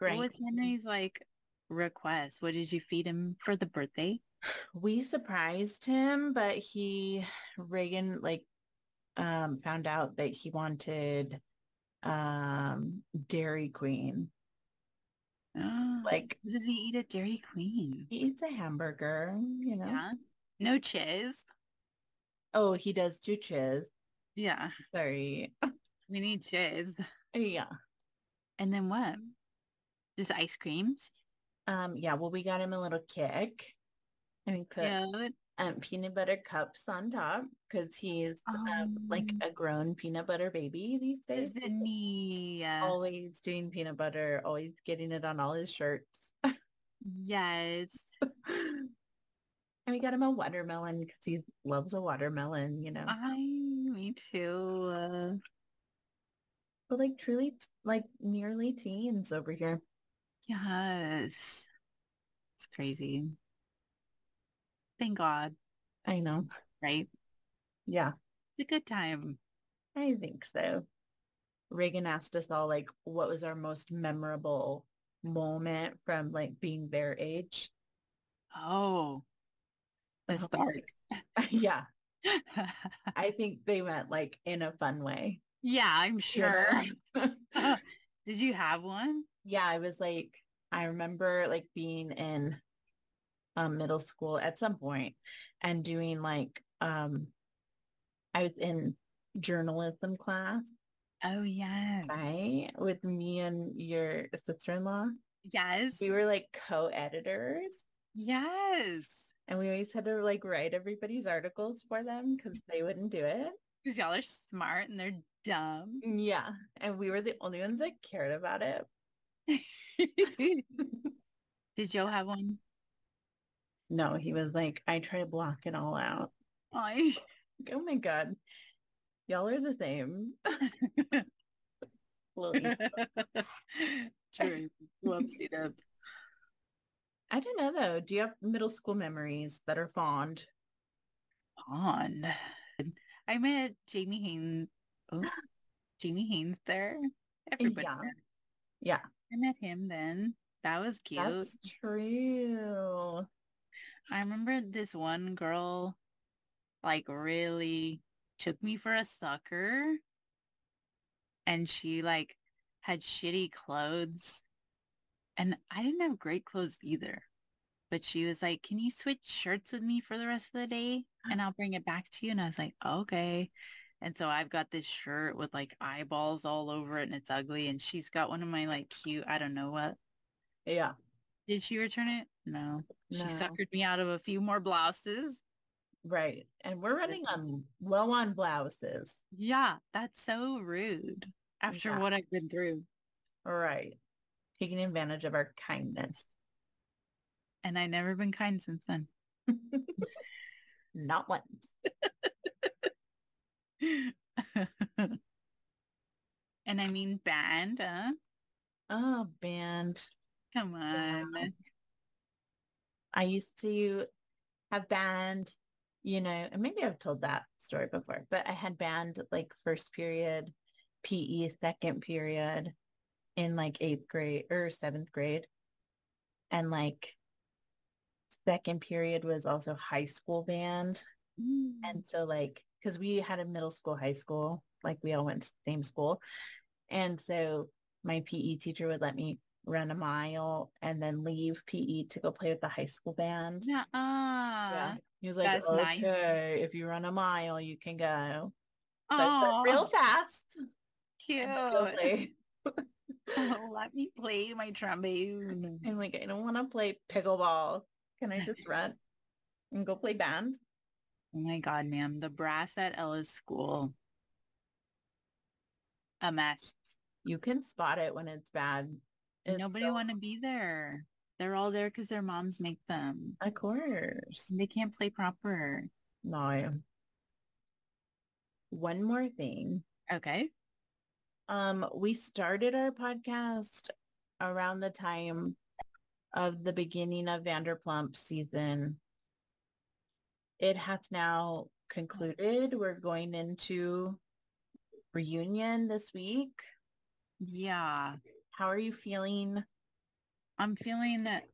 What was
grinding.
Henry's like request? What did you feed him for the birthday?
We surprised him, but he Reagan like um found out that he wanted um Dairy Queen. Like
Does he eat at Dairy Queen?
he eats a hamburger, you know.
Yeah. No chiz.
Oh, he does chuches.
Yeah.
Sorry.
We need chiz.
Yeah.
And then what? Just ice creams?
Um yeah, well we got him a little kick. And we put
Yeah.
um, peanut butter cups on top because he's um, like
Um,
a grown peanut butter baby these days.
Isn't he?
Always doing peanut butter, always getting it on all his shirts.
Yes.
and we got him a watermelon because he loves a watermelon, you know.
I, me too. Uh,
But like truly, t- like nearly teens over here.
yes. It's crazy. Thank God,
I know.
right?
Yeah,
It's a good time.
I think so. Reagan asked us all like what was our most memorable moment from like being their age.
Oh, the
Oh.
spark.
yeah. I think they meant like in a fun way.
yeah, I'm
you know?
sure. Did you have one?
yeah, I was like, I remember like being in um, middle school at some point and doing like, um, I was in journalism class,
Oh, yeah.
right? With me and your sister-in-law.
Yes.
We were like co-editors
Yes.
and we always had to like write everybody's articles for them because they wouldn't do it.
Because y'all are smart and they're dumb.
Yeah. And we were the only ones that cared about it.
Did Joe have one?
No, he was like, I try to block it all out.
I
Like, oh my God. Y'all are the same. Little e-
True. Whoops, it up.
I don't know though. Do you have middle school memories that are fond?
On. I met Jamie Haynes. Oh, Jamie Haynes there. Everybody.
Yeah.
there.
Yeah.
I met him then. That was cute.
That's true.
I remember this one girl like really took me for a sucker and she like had shitty clothes and I didn't have great clothes either. But she was like, can you switch shirts with me for the rest of the day and I'll bring it back to you? And I was like, okay. And so I've got this shirt with like eyeballs all over it and it's ugly. And she's got one of my like cute, I don't know what.
Yeah.
Did she return it? No. She
No.
suckered me out of a few more blouses.
Right. And we're running
Goodness.
on low on blouses.
Yeah, that's so rude after
Yeah.
what I've been through.
Right. Taking advantage of our kindness.
And I've never been kind since then.
Not once.
and I mean band, huh?
Oh, band.
Come on.
I used to have band, you know, and maybe I've told that story before, but I had band like first period, PE second period in like eighth grade or seventh grade. And like second period was also high school band.
Mm.
And so like, cause we had a middle school, high school, like we all went to the same school. And so my PE teacher would let me run a mile and then leave PE to go play with the high school band.
Nuh-uh. ah,
Yeah. He was like,
that's nice.
okay, if you run a mile, you can go. So I went
Oh,
real fast.
cute.
and then go play.
Oh, let me play my trombone.
I'm like, I don't want to play pickleball. Can I just run and go play band?
Oh my God, ma'am. The brass at Ella's school. A mess.
You can spot it when it's bad. It's
Nobody
so-
want to be there. They're all there because their moms make them.
Of course.
And they can't play proper.
No. One more thing.
Okay.
Um, we started our podcast around the time of the beginning of Vanderplump season. It hath now concluded. We're going into reunion this week.
Yeah.
How are you feeling?
I'm feeling that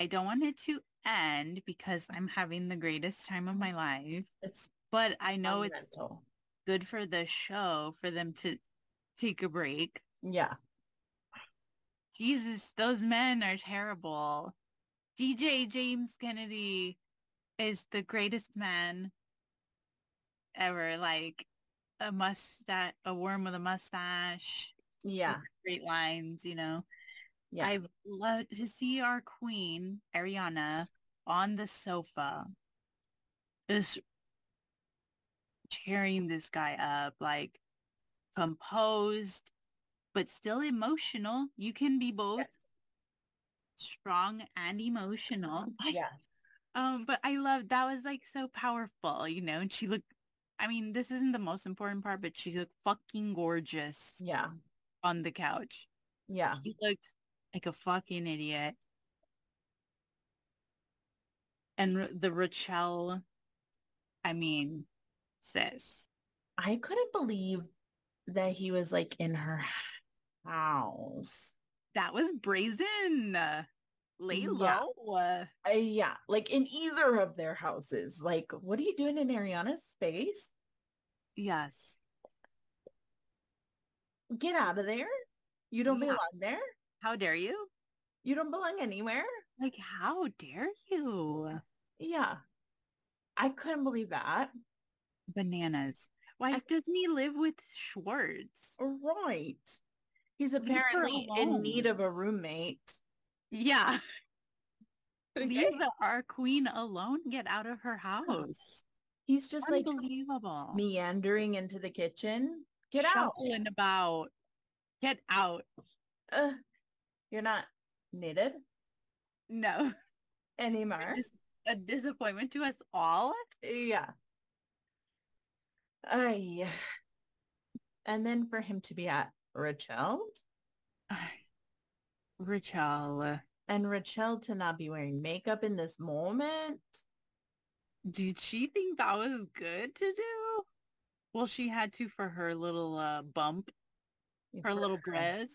I don't want it to end because I'm having the greatest time of my life.
It's
But I know it's
monumental.
good for the show for them to take a break.
yeah.
Jesus, those men are terrible. DJ James Kennedy is the greatest man ever. Like a mustache, a worm with a mustache,
Yeah.
great lines, you know.
Yeah.
I love to see our queen, Ariana, on the sofa, just tearing this guy up, like composed, but still emotional. You can be both
Yes.
strong and emotional.
Uh-huh.
I-
yeah.
Um, but I love that was like so powerful, you know, and she looked, I mean, this isn't the most important part, but she looked fucking gorgeous
Yeah.
on the couch.
Yeah.
He looked like a fucking idiot. And R- the Rochelle, I mean, sis.
I couldn't believe that he was like in her house.
That was brazen. Lay
Yeah.
low.
I, yeah. Like in either of their houses. Like, what are you doing in Ariana's space?
Yes.
Get out of there. You don't
Yeah.
belong there.
How dare you?
You don't belong anywhere.
Like, how dare you?
Yeah. I couldn't believe that.
Bananas. Why doesn't he live with Schwartz?
Right. He's
her
apparently in need of
alone.
a roommate.
Yeah.
Okay?
Leave our queen alone. Get out of her house.
He's just like
Unbelievable.
meandering into the kitchen. Get out.
Shuffling about. Get out.
Ugh. you're not needed
No.
anymore.
Just a disappointment to us all.
Yeah. Ay. And then for him to be at Rachel
Rachel,
and Rachel to not be wearing makeup in this moment.
did she think that was good to do? Well, she had to for her little uh, bump, her
for
little bruise.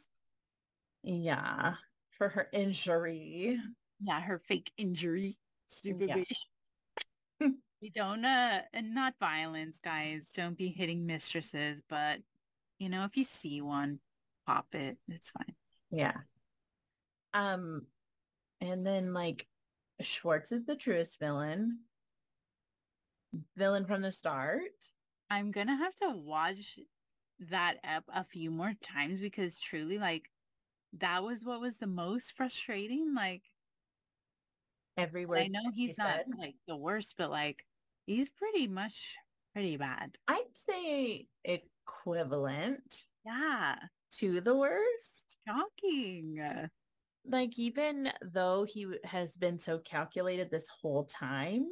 Yeah. For her injury.
Yeah, her fake injury. Stupid
Yeah.
bitch. we don't, uh, and not violence, guys. Don't be hitting mistresses, but, you know, if you see one, pop it. It's fine.
Yeah. Um, and then like Schwartz is the truest villain. Villain from the start.
I'm gonna have to watch that up a few more times because truly like that was what was the most frustrating. Like
Everywhere.
I know he's not
said.
like the worst, but like he's pretty much pretty bad.
I'd say equivalent
Yeah.
to the worst.
Shocking. Oh
like even though he w- has been so calculated this whole time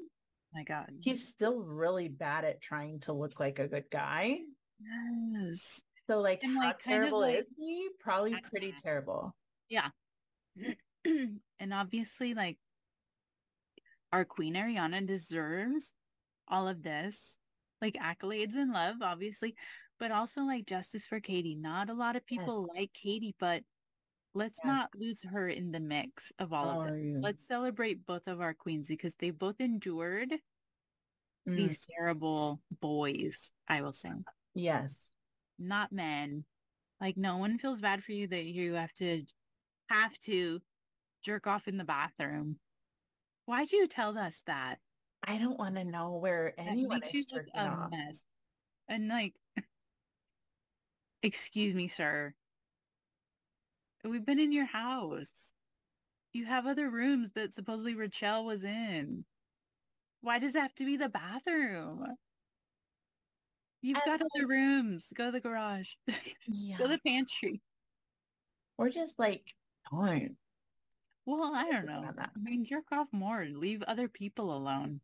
my God.
He's still really bad at trying to look like a good guy.
Yes.
So like
And,
how
like, kind of,
terrible
like-
is he? Probably pretty
Uh-uh.
terrible.
and obviously, like, our queen Ariana deserves all of this, like accolades and love, obviously, but also like justice for Katie. Not a lot of people like Katie, but let's
Yes.
not lose her in the mix of all of this.
Oh.
Let's celebrate both of our queens because they both endured
Mm,
these terrible boys, I will say,
yes.
not men. Like no one feels bad for you that you have to have to jerk off in the bathroom. Why'd you tell us that?
I don't want to know where
That
anyone
makes
is
you look
jerking
a
off.
mess. And like, excuse me, sir. We've been in your house. You have other rooms that supposedly Rochelle was in. Why does it have to be the bathroom? You've
And,
got other rooms. Go to the garage. Go
Yeah.
to the pantry.
Or just like, darn.
Well, I don't
thinking
know.
about that.
I mean, jerk off more and leave other people alone.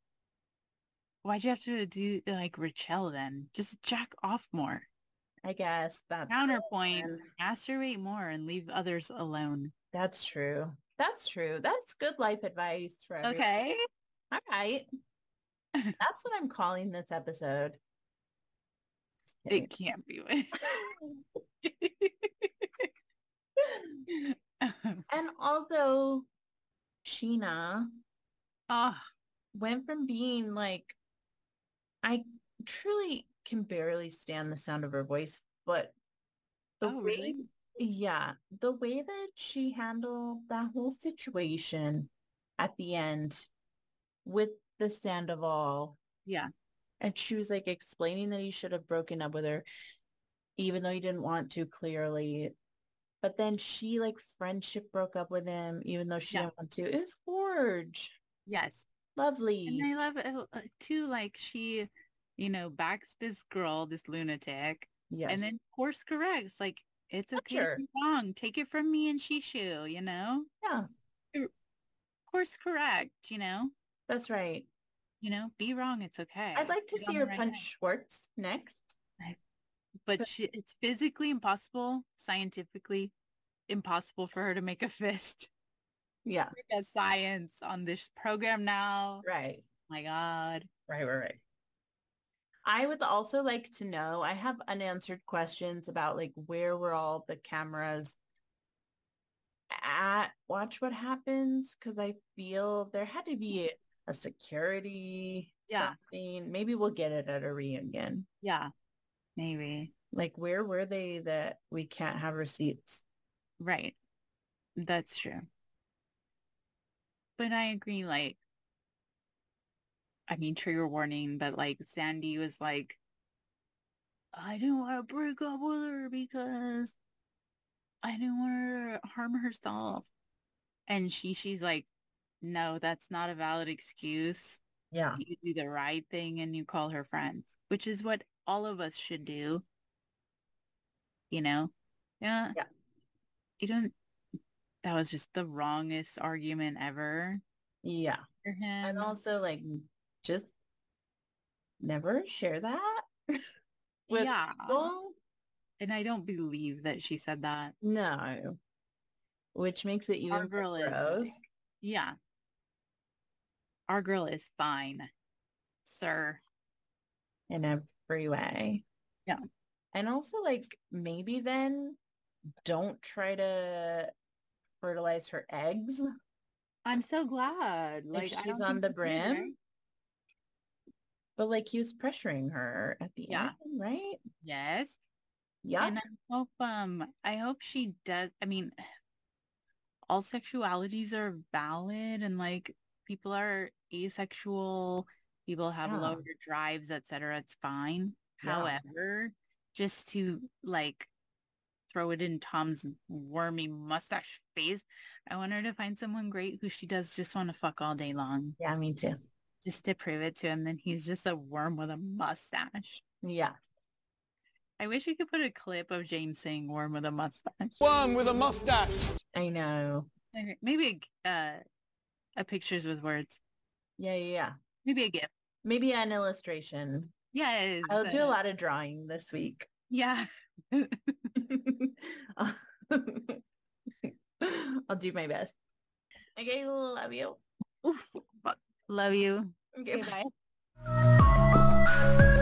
Why'd you have to do like Rochelle then? Just jack off more.
I guess that's
Counterpoint.
and
masturbate more and leave others alone.
that's true. That's true. That's good life advice for everyone.
Okay.
All right. That's what I'm calling this episode. Just kidding.
It can't be.
And although Sheena
oh,
went from being like, I truly can barely stand the sound of her voice, but the
oh,
way,
really?
yeah, the way that she handled that whole situation at the end with the Sandoval.
Yeah.
And she was like explaining that he should have broken up with her, even though he didn't want to clearly. But then she like friendship broke up with him, even though she
Yeah.
didn't want to. It was gorge.
Yes.
Lovely.
And I love it uh, too. Like she, you know, backs this girl, this lunatic,
yes.
and then course corrects. Like it's okay. if
sure.
you're wrong. Take it from me and Shishu. You know,
yeah,
course correct. You know,
that's right.
you know, be wrong. It's okay.
I'd like to
Get
see
on the
her
right
punch
path.
Schwartz next.
but
But-
she, it's physically impossible, scientifically impossible for her to make a fist.
Yeah.
We got science on this program now.
Right.
my God.
Right. Right. Right. I would also like to know, I have unanswered questions about like where were all the cameras at Watch What Happens? Because I feel there had to be a security
Mm-hmm. Yeah.
something. Maybe we'll get it at a reunion.
Yeah, maybe.
Like where were they that we can't have receipts?
Right. That's true. But I agree. Like, I mean, trigger warning, but like Sandy was like, I didn't want to break up with her because I didn't want her to harm herself. And she, she's like, no, that's not a valid excuse.
Yeah.
you do the right thing and you call her friends, which is what all of us should do. You know? Yeah.
Yeah.
You don't that was just the wrongest argument ever
Yeah.
for him.
And also like just never share that with
yeah.
people.
And I don't believe that she said that.
No. Which makes it even
Our
more
girl is
gross.
yeah. Our girl is fine. Sir.
in every way.
Yeah.
And also like maybe then don't try to fertilize her eggs
I'm so glad. Like I
she's
don't
on
think
the
she did, right?
brim. but like he was pressuring her at the
Yeah.
end, right?
Yes.
Yeah.
And I hope um I hope she does I mean all sexualities are valid and like people are asexual, people have
Yeah.
lower drives, etc. It's fine.
Yeah.
However, just to like throw it in Tom's wormy mustache face, I want her to find someone great who she does just want to fuck all day long.
yeah, me too.
Just to prove it to him that he's just a worm with a mustache.
Yeah.
I wish we could put a clip of James saying worm with a mustache.
Worm with a mustache.
I know.
Okay, Maybe a, g- uh, a pictures with words.
Yeah, yeah, yeah.
Maybe a gift.
Maybe an illustration.
Yes.
I'll do a lot of drawing this week.
uh, Yeah.
I'll I'll do my best. Okay, love you.
Oof. Love you.
Okay, bye.
bye.